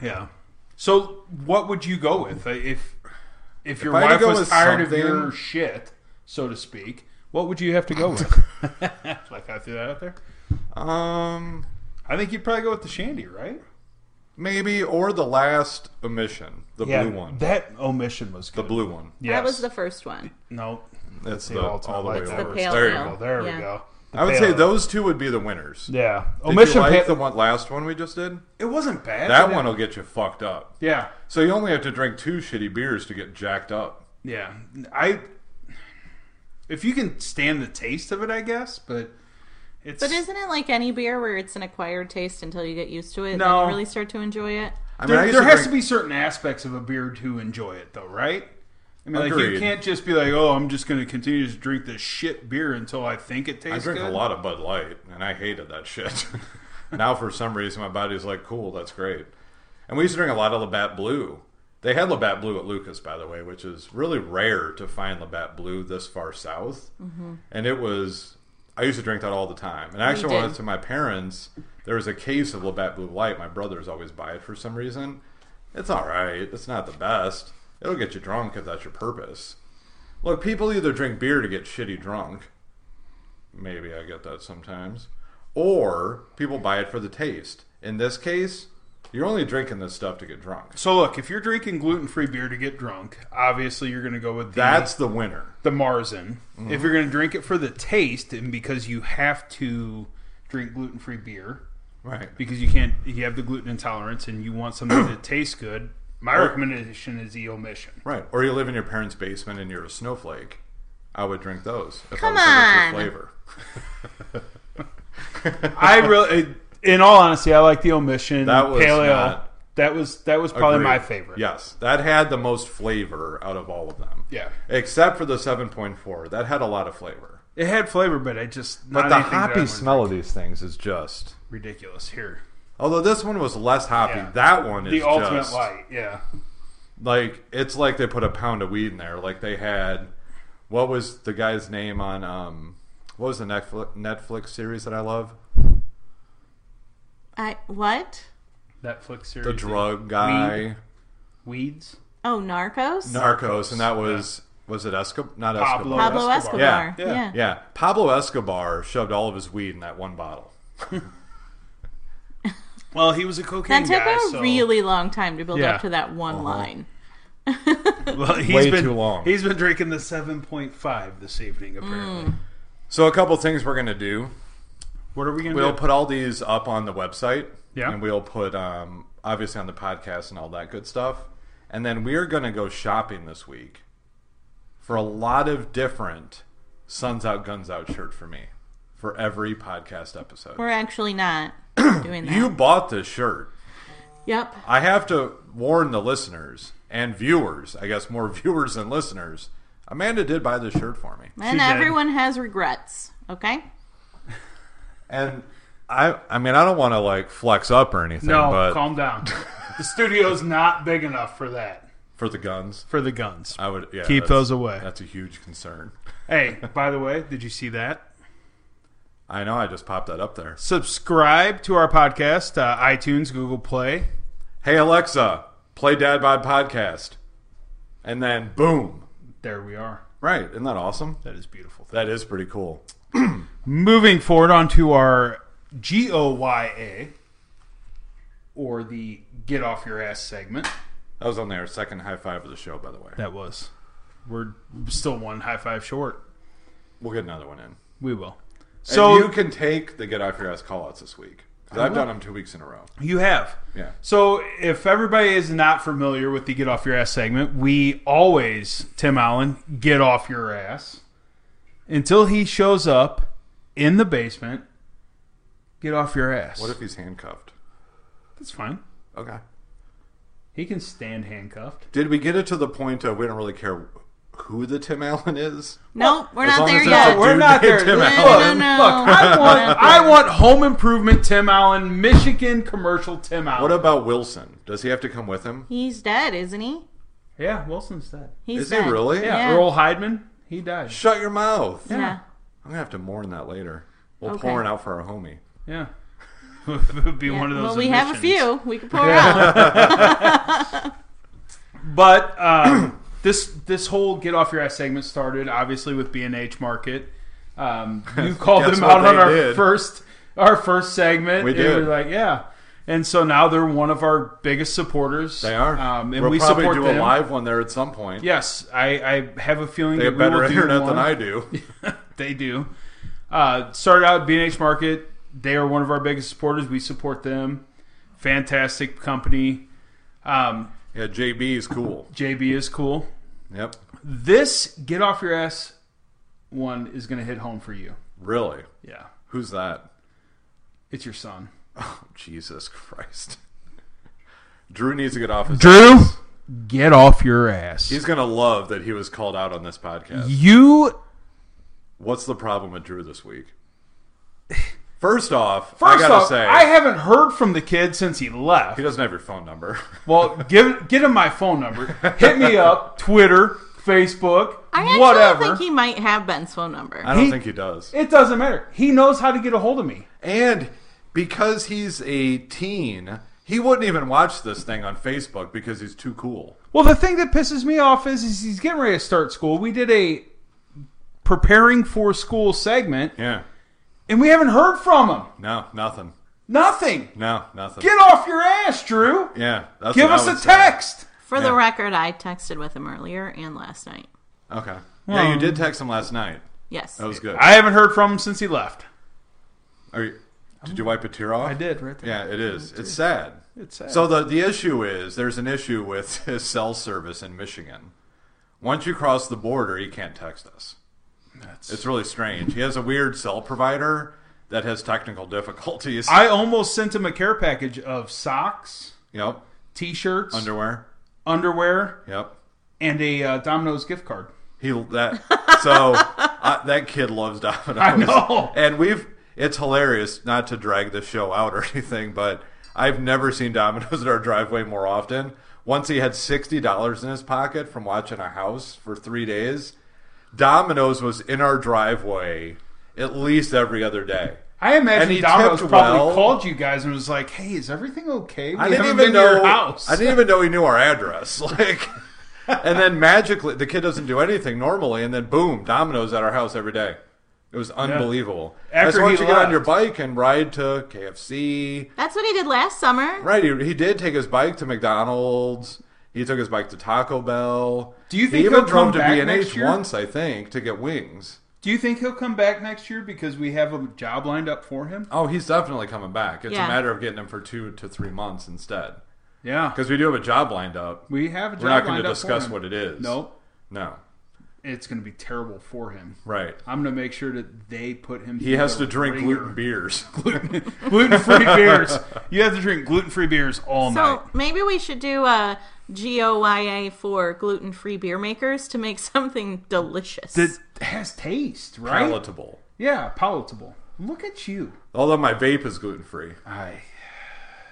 [SPEAKER 2] Yeah. So what would you go with Uh, if if your
[SPEAKER 1] I had to
[SPEAKER 2] wife
[SPEAKER 1] go
[SPEAKER 2] was
[SPEAKER 1] with
[SPEAKER 2] tired
[SPEAKER 1] something-
[SPEAKER 2] of your shit, so to speak? What would you have to go with? like I threw that out there.
[SPEAKER 1] Um
[SPEAKER 2] I think you'd probably go with the shandy, right?
[SPEAKER 1] maybe or the last omission, the blue one.
[SPEAKER 2] That omission was
[SPEAKER 1] the
[SPEAKER 2] good.
[SPEAKER 1] blue one.
[SPEAKER 2] Yes.
[SPEAKER 3] That was the first one.
[SPEAKER 2] no.
[SPEAKER 1] That's
[SPEAKER 2] The
[SPEAKER 1] the,
[SPEAKER 2] ultimate
[SPEAKER 1] all the way
[SPEAKER 2] lights.
[SPEAKER 1] over.
[SPEAKER 3] The pale
[SPEAKER 1] there you
[SPEAKER 3] ale.
[SPEAKER 1] go.
[SPEAKER 2] Oh, there
[SPEAKER 3] Yeah.
[SPEAKER 2] we go.
[SPEAKER 1] I would
[SPEAKER 2] pale
[SPEAKER 1] say
[SPEAKER 2] ale.
[SPEAKER 1] those two would be the winners.
[SPEAKER 2] Yeah.
[SPEAKER 1] Did you
[SPEAKER 2] Omission.
[SPEAKER 1] like
[SPEAKER 2] pa-
[SPEAKER 1] the one, last one we just did?
[SPEAKER 2] it wasn't bad.
[SPEAKER 1] That one will get you fucked up.
[SPEAKER 2] Yeah.
[SPEAKER 1] So you only have to drink two shitty beers to get jacked up.
[SPEAKER 2] Yeah. I. If you can stand the taste of it, I guess, but it's
[SPEAKER 3] But isn't it like any beer where it's an acquired taste until you get used to it and
[SPEAKER 2] No.
[SPEAKER 3] then you really start to enjoy it?
[SPEAKER 1] I mean,
[SPEAKER 2] There,
[SPEAKER 1] I used
[SPEAKER 2] there has to
[SPEAKER 1] drink-
[SPEAKER 2] be certain aspects of a beer to enjoy it, though, right? I mean, like you
[SPEAKER 1] Agreed.
[SPEAKER 2] can't just be like, "Oh, I'm just going to continue to drink this shit beer until I think it tastes."
[SPEAKER 1] I drink
[SPEAKER 2] good.
[SPEAKER 1] a lot of Bud Light, and I hated that shit. now, for some reason, my body's like, cool, that's great. And we used to drink a lot of Labatt Blue. They had Labatt Blue at Lucas, by the way, which is really rare to find Labatt Blue this far south. And it was, I used to drink that all the time. And I actually
[SPEAKER 3] did.
[SPEAKER 1] went to my parents. There was a case of Labatt Blue Light. My brothers always buy it for some reason. It's all right. It's not the best. It'll get you drunk if that's your purpose. Look, people either drink beer to get shitty drunk, maybe I get that sometimes. Or people buy it for the taste. In this case, you're only drinking this stuff to get drunk.
[SPEAKER 2] So, look, if you're drinking gluten-free beer to get drunk, obviously you're going to go with the,
[SPEAKER 1] That's the winner.
[SPEAKER 2] the Marzen.
[SPEAKER 1] Mm-hmm.
[SPEAKER 2] If you're going to drink it for the taste, and because you have to drink gluten-free beer
[SPEAKER 1] Right.
[SPEAKER 2] because you can't, you have the gluten intolerance, and you want something that tastes good. My recommendation is the omission.
[SPEAKER 1] Right. Or you live in your parents' basement and you're a snowflake. I would drink those. If
[SPEAKER 3] Come
[SPEAKER 1] I was looking
[SPEAKER 3] on.
[SPEAKER 1] For flavor.
[SPEAKER 2] I really, in all honesty, I like the omission.
[SPEAKER 1] That was
[SPEAKER 2] paleo.
[SPEAKER 1] not-
[SPEAKER 2] that was that was probably my
[SPEAKER 1] Agreed.
[SPEAKER 2] favorite.
[SPEAKER 1] Yes. That had the most flavor out of all of them.
[SPEAKER 2] yeah.
[SPEAKER 1] Except for the 7.4. That had a lot of flavor.
[SPEAKER 2] It had flavor, but I just
[SPEAKER 1] But
[SPEAKER 2] not
[SPEAKER 1] the
[SPEAKER 2] anything that I
[SPEAKER 1] hoppy
[SPEAKER 2] was
[SPEAKER 1] smell of these things is just.
[SPEAKER 2] ridiculous here.
[SPEAKER 1] Although this one was less hoppy,
[SPEAKER 2] Yeah.
[SPEAKER 1] that one is
[SPEAKER 2] The ultimate
[SPEAKER 1] just,
[SPEAKER 2] light, yeah,
[SPEAKER 1] like it's like they put a pound of weed in there. Like they had what was the guy's name on um What was the Netflix Netflix series that I love?
[SPEAKER 3] I what?
[SPEAKER 2] Netflix series.
[SPEAKER 1] The drug guy,
[SPEAKER 2] Weed. Weeds.
[SPEAKER 3] Oh, Narcos.
[SPEAKER 1] Narcos, and that was was it Escobar? Not Escobar.
[SPEAKER 2] Pablo.
[SPEAKER 3] Pablo Escobar.
[SPEAKER 2] Escobar.
[SPEAKER 1] Yeah,
[SPEAKER 3] Yeah.
[SPEAKER 1] yeah, yeah. Pablo Escobar shoved all of his weed in that one bottle.
[SPEAKER 2] Well, he was a cocaine
[SPEAKER 3] That took
[SPEAKER 2] guy.
[SPEAKER 3] a
[SPEAKER 2] so-
[SPEAKER 3] really long time to build
[SPEAKER 2] Yeah. Uh-huh.
[SPEAKER 3] up to that one line.
[SPEAKER 2] well, he's
[SPEAKER 1] Way
[SPEAKER 2] been,
[SPEAKER 1] too long.
[SPEAKER 2] He's been drinking the seven point five this evening.
[SPEAKER 3] Mm.
[SPEAKER 2] Apparently.
[SPEAKER 1] So a couple things we're gonna do.
[SPEAKER 2] What are we gonna
[SPEAKER 1] We'll
[SPEAKER 2] do?
[SPEAKER 1] put all these up on the website.
[SPEAKER 2] Yeah.
[SPEAKER 1] And we'll put um, obviously on the podcast and all that good stuff. And then we're gonna go shopping this week for a lot of different Suns Out Guns Out shirt for me for every podcast episode.
[SPEAKER 3] We're actually not doing that.
[SPEAKER 1] you bought this shirt.
[SPEAKER 3] Yep.
[SPEAKER 1] I have to warn the listeners and viewers, I guess more viewers than listeners. Amanda did buy this shirt for me.
[SPEAKER 3] And
[SPEAKER 2] did.
[SPEAKER 3] everyone has regrets. Okay.
[SPEAKER 1] And I I mean I don't want to like flex up or anything,
[SPEAKER 2] No,
[SPEAKER 1] but
[SPEAKER 2] calm down. the studio's not big enough for that.
[SPEAKER 1] for the guns,
[SPEAKER 2] For the guns.
[SPEAKER 1] I would yeah,
[SPEAKER 2] Keep
[SPEAKER 1] that's-
[SPEAKER 2] those away.
[SPEAKER 1] That's a huge concern.
[SPEAKER 2] Hey, by the way, did you see that?
[SPEAKER 1] I know I just popped that up there.
[SPEAKER 2] Subscribe to our podcast, uh, iTunes, Google Play.
[SPEAKER 1] Hey Alexa, play Dad Bod podcast. And then boom.
[SPEAKER 2] There we are.
[SPEAKER 1] Right, isn't that awesome?
[SPEAKER 2] That is beautiful.
[SPEAKER 1] That is pretty cool.
[SPEAKER 2] Moving forward on to our GOYA or the get off your ass segment.
[SPEAKER 1] That was on their second high five of the show, by the way.
[SPEAKER 2] That was. We're still one high five short.
[SPEAKER 1] We'll get another one in.
[SPEAKER 2] We will.
[SPEAKER 1] So
[SPEAKER 2] So
[SPEAKER 1] you can take the get off your ass call outs this week. 'Cause I've done them two weeks in a row.
[SPEAKER 2] you have.
[SPEAKER 1] Yeah.
[SPEAKER 2] So, if everybody is not familiar with the Get Off Your Ass segment, we always, Tim Allen, get off your ass until he shows up in the basement. Get off your ass.
[SPEAKER 1] What if he's handcuffed?
[SPEAKER 2] That's fine.
[SPEAKER 1] Okay.
[SPEAKER 2] He can stand handcuffed.
[SPEAKER 1] Did we get it to the point of we don't really care who the Tim Allen is?
[SPEAKER 3] Nope. We're
[SPEAKER 1] As
[SPEAKER 3] not
[SPEAKER 1] long
[SPEAKER 3] there
[SPEAKER 1] as it's a
[SPEAKER 3] yet.
[SPEAKER 1] dude named Tim
[SPEAKER 2] Look,
[SPEAKER 3] No,
[SPEAKER 1] Allen.
[SPEAKER 3] no, no.
[SPEAKER 2] look, I want, I want Home Improvement Tim Allen, Michigan commercial Tim Allen.
[SPEAKER 1] What about Wilson? Does he have to come with him?
[SPEAKER 3] He's dead, isn't he?
[SPEAKER 2] yeah, Wilson's dead.
[SPEAKER 3] He's
[SPEAKER 1] Is he
[SPEAKER 3] dead.
[SPEAKER 1] really?
[SPEAKER 2] Yeah,
[SPEAKER 3] Yeah.
[SPEAKER 2] Earl Heidman, he died.
[SPEAKER 1] Shut your mouth.
[SPEAKER 3] Yeah.
[SPEAKER 2] Yeah.
[SPEAKER 1] I'm gonna have to mourn that later. We'll
[SPEAKER 3] Okay.
[SPEAKER 1] pour it out for our homie.
[SPEAKER 2] Yeah. it would be
[SPEAKER 3] Yeah.
[SPEAKER 2] one of those.
[SPEAKER 3] well, we have a
[SPEAKER 2] admissions.
[SPEAKER 3] few. We can pour out.
[SPEAKER 2] But um, this this whole get off your ass segment started obviously with B and H Market. Um, you called
[SPEAKER 1] Guess
[SPEAKER 2] them
[SPEAKER 1] what
[SPEAKER 2] out on
[SPEAKER 1] they
[SPEAKER 2] our
[SPEAKER 1] did.
[SPEAKER 2] first our first segment.
[SPEAKER 1] We
[SPEAKER 2] It
[SPEAKER 1] did.
[SPEAKER 2] was like yeah, and so now they're one of our biggest supporters.
[SPEAKER 1] They are.
[SPEAKER 2] um, and
[SPEAKER 1] we'll
[SPEAKER 2] we
[SPEAKER 1] probably
[SPEAKER 2] support
[SPEAKER 1] do
[SPEAKER 2] them.
[SPEAKER 1] a live one there at some point.
[SPEAKER 2] Yes, I, I have a feeling
[SPEAKER 1] They
[SPEAKER 2] that
[SPEAKER 1] have
[SPEAKER 2] we
[SPEAKER 1] better
[SPEAKER 2] will do
[SPEAKER 1] internet
[SPEAKER 2] one.
[SPEAKER 1] than I do.
[SPEAKER 2] They do. Uh, started out B&H Market. They are one of our biggest supporters. We support them. Fantastic company. Um,
[SPEAKER 1] yeah, JB is cool.
[SPEAKER 2] JB is cool.
[SPEAKER 1] Yep.
[SPEAKER 2] This get off your ass one is going to hit home for you.
[SPEAKER 1] Really?
[SPEAKER 2] Yeah.
[SPEAKER 1] Who's that?
[SPEAKER 2] It's your son.
[SPEAKER 1] Jesus Christ. Drew needs to get off his
[SPEAKER 2] Drew, get off your ass.
[SPEAKER 1] He's gonna love that he was called out on this podcast.
[SPEAKER 2] you
[SPEAKER 1] What's the problem with Drew this week? First off, I
[SPEAKER 2] First
[SPEAKER 1] gotta
[SPEAKER 2] off,
[SPEAKER 1] say
[SPEAKER 2] I haven't heard from the kid since he left.
[SPEAKER 1] he doesn't have your phone number.
[SPEAKER 2] Well, give get him my phone number. Hit me up, Twitter, Facebook,
[SPEAKER 3] I actually
[SPEAKER 2] whatever.
[SPEAKER 3] think he might have Ben's phone number.
[SPEAKER 1] I don't
[SPEAKER 2] He-
[SPEAKER 1] think he does.
[SPEAKER 2] it doesn't matter. He knows how to get a hold of me.
[SPEAKER 1] And because he's a teen, he wouldn't even watch this thing on Facebook because he's too cool.
[SPEAKER 2] Well, the thing that pisses me off is, is he's getting ready to start school. We did a preparing for school segment,
[SPEAKER 1] Yeah.
[SPEAKER 2] and we haven't heard from him.
[SPEAKER 1] No, nothing.
[SPEAKER 2] Nothing.
[SPEAKER 1] No, nothing.
[SPEAKER 2] Get off your ass, Drew.
[SPEAKER 1] yeah. That's
[SPEAKER 2] Give
[SPEAKER 1] what I
[SPEAKER 2] us a
[SPEAKER 1] would say.
[SPEAKER 2] text.
[SPEAKER 3] For the
[SPEAKER 1] Yeah.
[SPEAKER 3] record, I texted with him earlier and last night.
[SPEAKER 1] Okay. yeah, you did text him last night.
[SPEAKER 3] Yes.
[SPEAKER 1] That was good.
[SPEAKER 2] Um, I haven't heard from him since he left.
[SPEAKER 1] Are you, did you wipe a tear off?
[SPEAKER 2] I did right there.
[SPEAKER 1] Yeah, it is. It's sad.
[SPEAKER 2] It's sad.
[SPEAKER 1] So the the issue is there's an issue with his cell service in Michigan. Once you cross the border, he can't text us.
[SPEAKER 2] That's-
[SPEAKER 1] It's really strange. He has a weird cell provider that has technical difficulties.
[SPEAKER 2] I almost sent him a care package of socks,
[SPEAKER 1] yep.
[SPEAKER 2] t-shirts,
[SPEAKER 1] Underwear.
[SPEAKER 2] underwear,
[SPEAKER 1] Yep.
[SPEAKER 2] and a uh, Domino's gift card.
[SPEAKER 1] He that so uh, that kid loves Domino's.
[SPEAKER 2] I know.
[SPEAKER 1] and we've it's hilarious not to drag the show out or anything, but I've never seen Domino's in our driveway more often. Once he had sixty dollars in his pocket from watching a house for three days, Domino's was in our driveway at least every other day.
[SPEAKER 2] I
[SPEAKER 1] And he
[SPEAKER 2] imagine Davos
[SPEAKER 1] tipped
[SPEAKER 2] probably
[SPEAKER 1] well.
[SPEAKER 2] called you guys and was like, "Hey, is everything okay? We
[SPEAKER 1] I didn't
[SPEAKER 2] haven't
[SPEAKER 1] even
[SPEAKER 2] been
[SPEAKER 1] know
[SPEAKER 2] to your house."
[SPEAKER 1] I didn't even know he knew our address. Like, and then magically, the kid doesn't do anything normally, and then boom, Domino's at our house every day. It was unbelievable.
[SPEAKER 2] After
[SPEAKER 1] I said, why don't
[SPEAKER 2] he
[SPEAKER 1] you get on
[SPEAKER 2] left.
[SPEAKER 1] your bike and ride to KFC?
[SPEAKER 3] That's what he did last summer.
[SPEAKER 1] Right, he, he did take his bike to McDonald's. He took his bike to Taco Bell.
[SPEAKER 2] Do you think
[SPEAKER 1] he even
[SPEAKER 2] he'll come
[SPEAKER 1] drove to
[SPEAKER 2] back
[SPEAKER 1] B&H
[SPEAKER 2] next year?
[SPEAKER 1] once? I think to get wings.
[SPEAKER 2] Do you think he'll come back next year because we have a job lined up for him?
[SPEAKER 1] Oh, he's definitely coming back. It's
[SPEAKER 3] Yeah.
[SPEAKER 1] a matter of getting him for two to three months instead,
[SPEAKER 2] Yeah,
[SPEAKER 1] because we do have a job lined up.
[SPEAKER 2] we have a job
[SPEAKER 1] We're not going
[SPEAKER 2] lined
[SPEAKER 1] to
[SPEAKER 2] up
[SPEAKER 1] discuss
[SPEAKER 2] for him.
[SPEAKER 1] what it is.
[SPEAKER 2] No,
[SPEAKER 1] no,
[SPEAKER 2] it's going to be terrible for him.
[SPEAKER 1] right.
[SPEAKER 2] I'm going to make sure that they put him.
[SPEAKER 1] He has to drink gluten beers.
[SPEAKER 2] gluten gluten free beers. You have to drink gluten free beers all night.
[SPEAKER 3] So maybe we should do a GOYA for gluten free beer makers to make something delicious.
[SPEAKER 2] That has taste, right?
[SPEAKER 1] Palatable.
[SPEAKER 2] Yeah, palatable. Look at you.
[SPEAKER 1] Although my vape is gluten free.
[SPEAKER 2] I.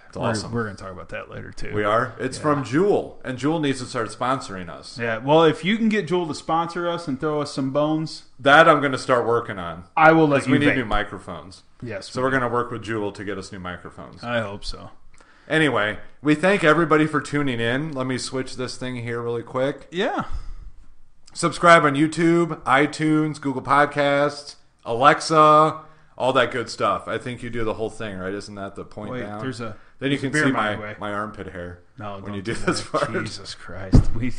[SPEAKER 1] It's awesome.
[SPEAKER 2] We're, going to talk about that later too.
[SPEAKER 1] We are. It's from Jewel, and Jewel needs to start sponsoring us.
[SPEAKER 2] Yeah. Well, if you can get Jewel to sponsor us and throw us some bones,
[SPEAKER 1] That I'm going to start working on.
[SPEAKER 2] I will let you.
[SPEAKER 1] We need
[SPEAKER 2] vape.
[SPEAKER 1] new microphones.
[SPEAKER 2] Yes.
[SPEAKER 1] So we're going to work with Jewel to get us new microphones.
[SPEAKER 2] I hope so.
[SPEAKER 1] Anyway, we thank everybody for tuning in. Let me switch this thing here really quick.
[SPEAKER 2] Yeah.
[SPEAKER 1] Subscribe on YouTube, iTunes, Google Podcasts, Alexa, all that good stuff. I think you do the whole thing, right? Isn't that the point
[SPEAKER 2] Wait,
[SPEAKER 1] down?
[SPEAKER 2] there's a.
[SPEAKER 1] then you
[SPEAKER 2] there's a
[SPEAKER 1] can
[SPEAKER 2] beer
[SPEAKER 1] see
[SPEAKER 2] in my
[SPEAKER 1] my,
[SPEAKER 2] way.
[SPEAKER 1] my armpit hair
[SPEAKER 2] No,
[SPEAKER 1] when
[SPEAKER 2] don't
[SPEAKER 1] you do
[SPEAKER 2] do
[SPEAKER 1] this
[SPEAKER 2] that.
[SPEAKER 1] part.
[SPEAKER 2] Jesus Christ. We.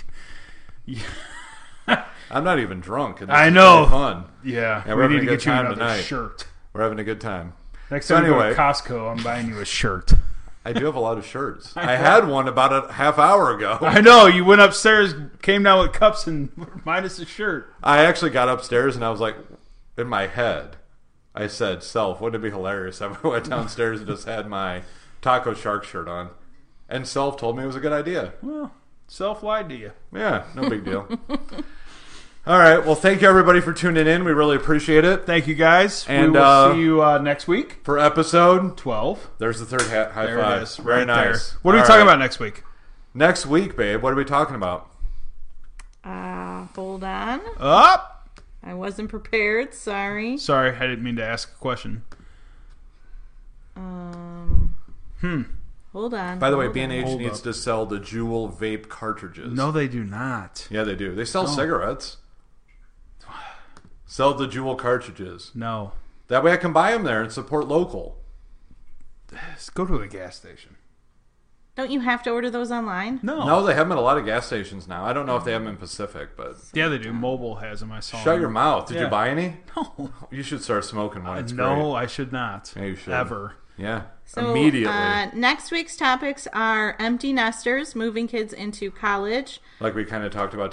[SPEAKER 1] I'm not even drunk. And this
[SPEAKER 2] I
[SPEAKER 1] is
[SPEAKER 2] know.
[SPEAKER 1] really Fun.
[SPEAKER 2] Yeah.
[SPEAKER 1] Yeah, we're
[SPEAKER 2] we
[SPEAKER 1] having
[SPEAKER 2] need
[SPEAKER 1] a
[SPEAKER 2] to
[SPEAKER 1] good
[SPEAKER 2] get you
[SPEAKER 1] time
[SPEAKER 2] another
[SPEAKER 1] tonight.
[SPEAKER 2] shirt.
[SPEAKER 1] We're having a good time.
[SPEAKER 2] Next
[SPEAKER 1] So
[SPEAKER 2] time
[SPEAKER 1] anyway-
[SPEAKER 2] you go to Costco, I'm buying you a shirt.
[SPEAKER 1] I do have a lot of shirts. I had one about a half hour ago.
[SPEAKER 2] I know you went upstairs, came down with cups, and minus a shirt.
[SPEAKER 1] I actually got upstairs and I was like, in my head, I said, "Self, wouldn't it be hilarious?" if I went downstairs and just had my Taco Shark shirt on, and Self told me it was a good idea.
[SPEAKER 2] Well, self lied to you.
[SPEAKER 1] Yeah, no big deal. All right. Well, thank you everybody for tuning in. We really appreciate it.
[SPEAKER 2] Thank you guys,
[SPEAKER 1] And,
[SPEAKER 2] we will
[SPEAKER 1] uh,
[SPEAKER 2] see you uh, next week.
[SPEAKER 1] For episode,
[SPEAKER 2] Twelve.
[SPEAKER 1] there's the third ha- high
[SPEAKER 2] There
[SPEAKER 1] five.
[SPEAKER 2] it is.
[SPEAKER 1] Very
[SPEAKER 2] right
[SPEAKER 1] nice.
[SPEAKER 2] There. What are we
[SPEAKER 1] All
[SPEAKER 2] talking
[SPEAKER 1] right.
[SPEAKER 2] about next week?
[SPEAKER 1] next week, babe? What are we talking about?
[SPEAKER 3] Uh, hold on.
[SPEAKER 1] Oh.
[SPEAKER 2] Up.
[SPEAKER 3] I wasn't prepared. Sorry.
[SPEAKER 2] Sorry, I didn't mean to ask a question.
[SPEAKER 3] Um, hmm. Hold on.
[SPEAKER 1] By the way,
[SPEAKER 3] hold
[SPEAKER 1] B and
[SPEAKER 3] on.
[SPEAKER 1] H
[SPEAKER 2] Hold
[SPEAKER 1] needs
[SPEAKER 2] up.
[SPEAKER 1] to sell the Juul vape cartridges.
[SPEAKER 2] No, they do not.
[SPEAKER 1] Yeah, they do. They sell cigarettes. Sell the Juul cartridges.
[SPEAKER 2] No.
[SPEAKER 1] That way I can buy them there and support local.
[SPEAKER 2] Just go to a gas station.
[SPEAKER 3] Don't you have to order those online?
[SPEAKER 2] No.
[SPEAKER 1] No, they have them at a lot of gas stations now. I don't know if they have them in Pacific, but
[SPEAKER 2] Yeah, they do. Mobile has them. I saw.
[SPEAKER 1] shut
[SPEAKER 2] them.
[SPEAKER 1] your mouth. Did you
[SPEAKER 2] Oh, Yeah.
[SPEAKER 1] buy any?
[SPEAKER 2] No.
[SPEAKER 1] You should start smoking one. It's
[SPEAKER 2] no, I should not.
[SPEAKER 1] Yeah, you should.
[SPEAKER 2] Ever.
[SPEAKER 1] great. Yeah.
[SPEAKER 3] So,
[SPEAKER 1] Immediately.
[SPEAKER 3] Uh, next week's topics are empty nesters, moving kids into college,
[SPEAKER 1] like we kind of talked about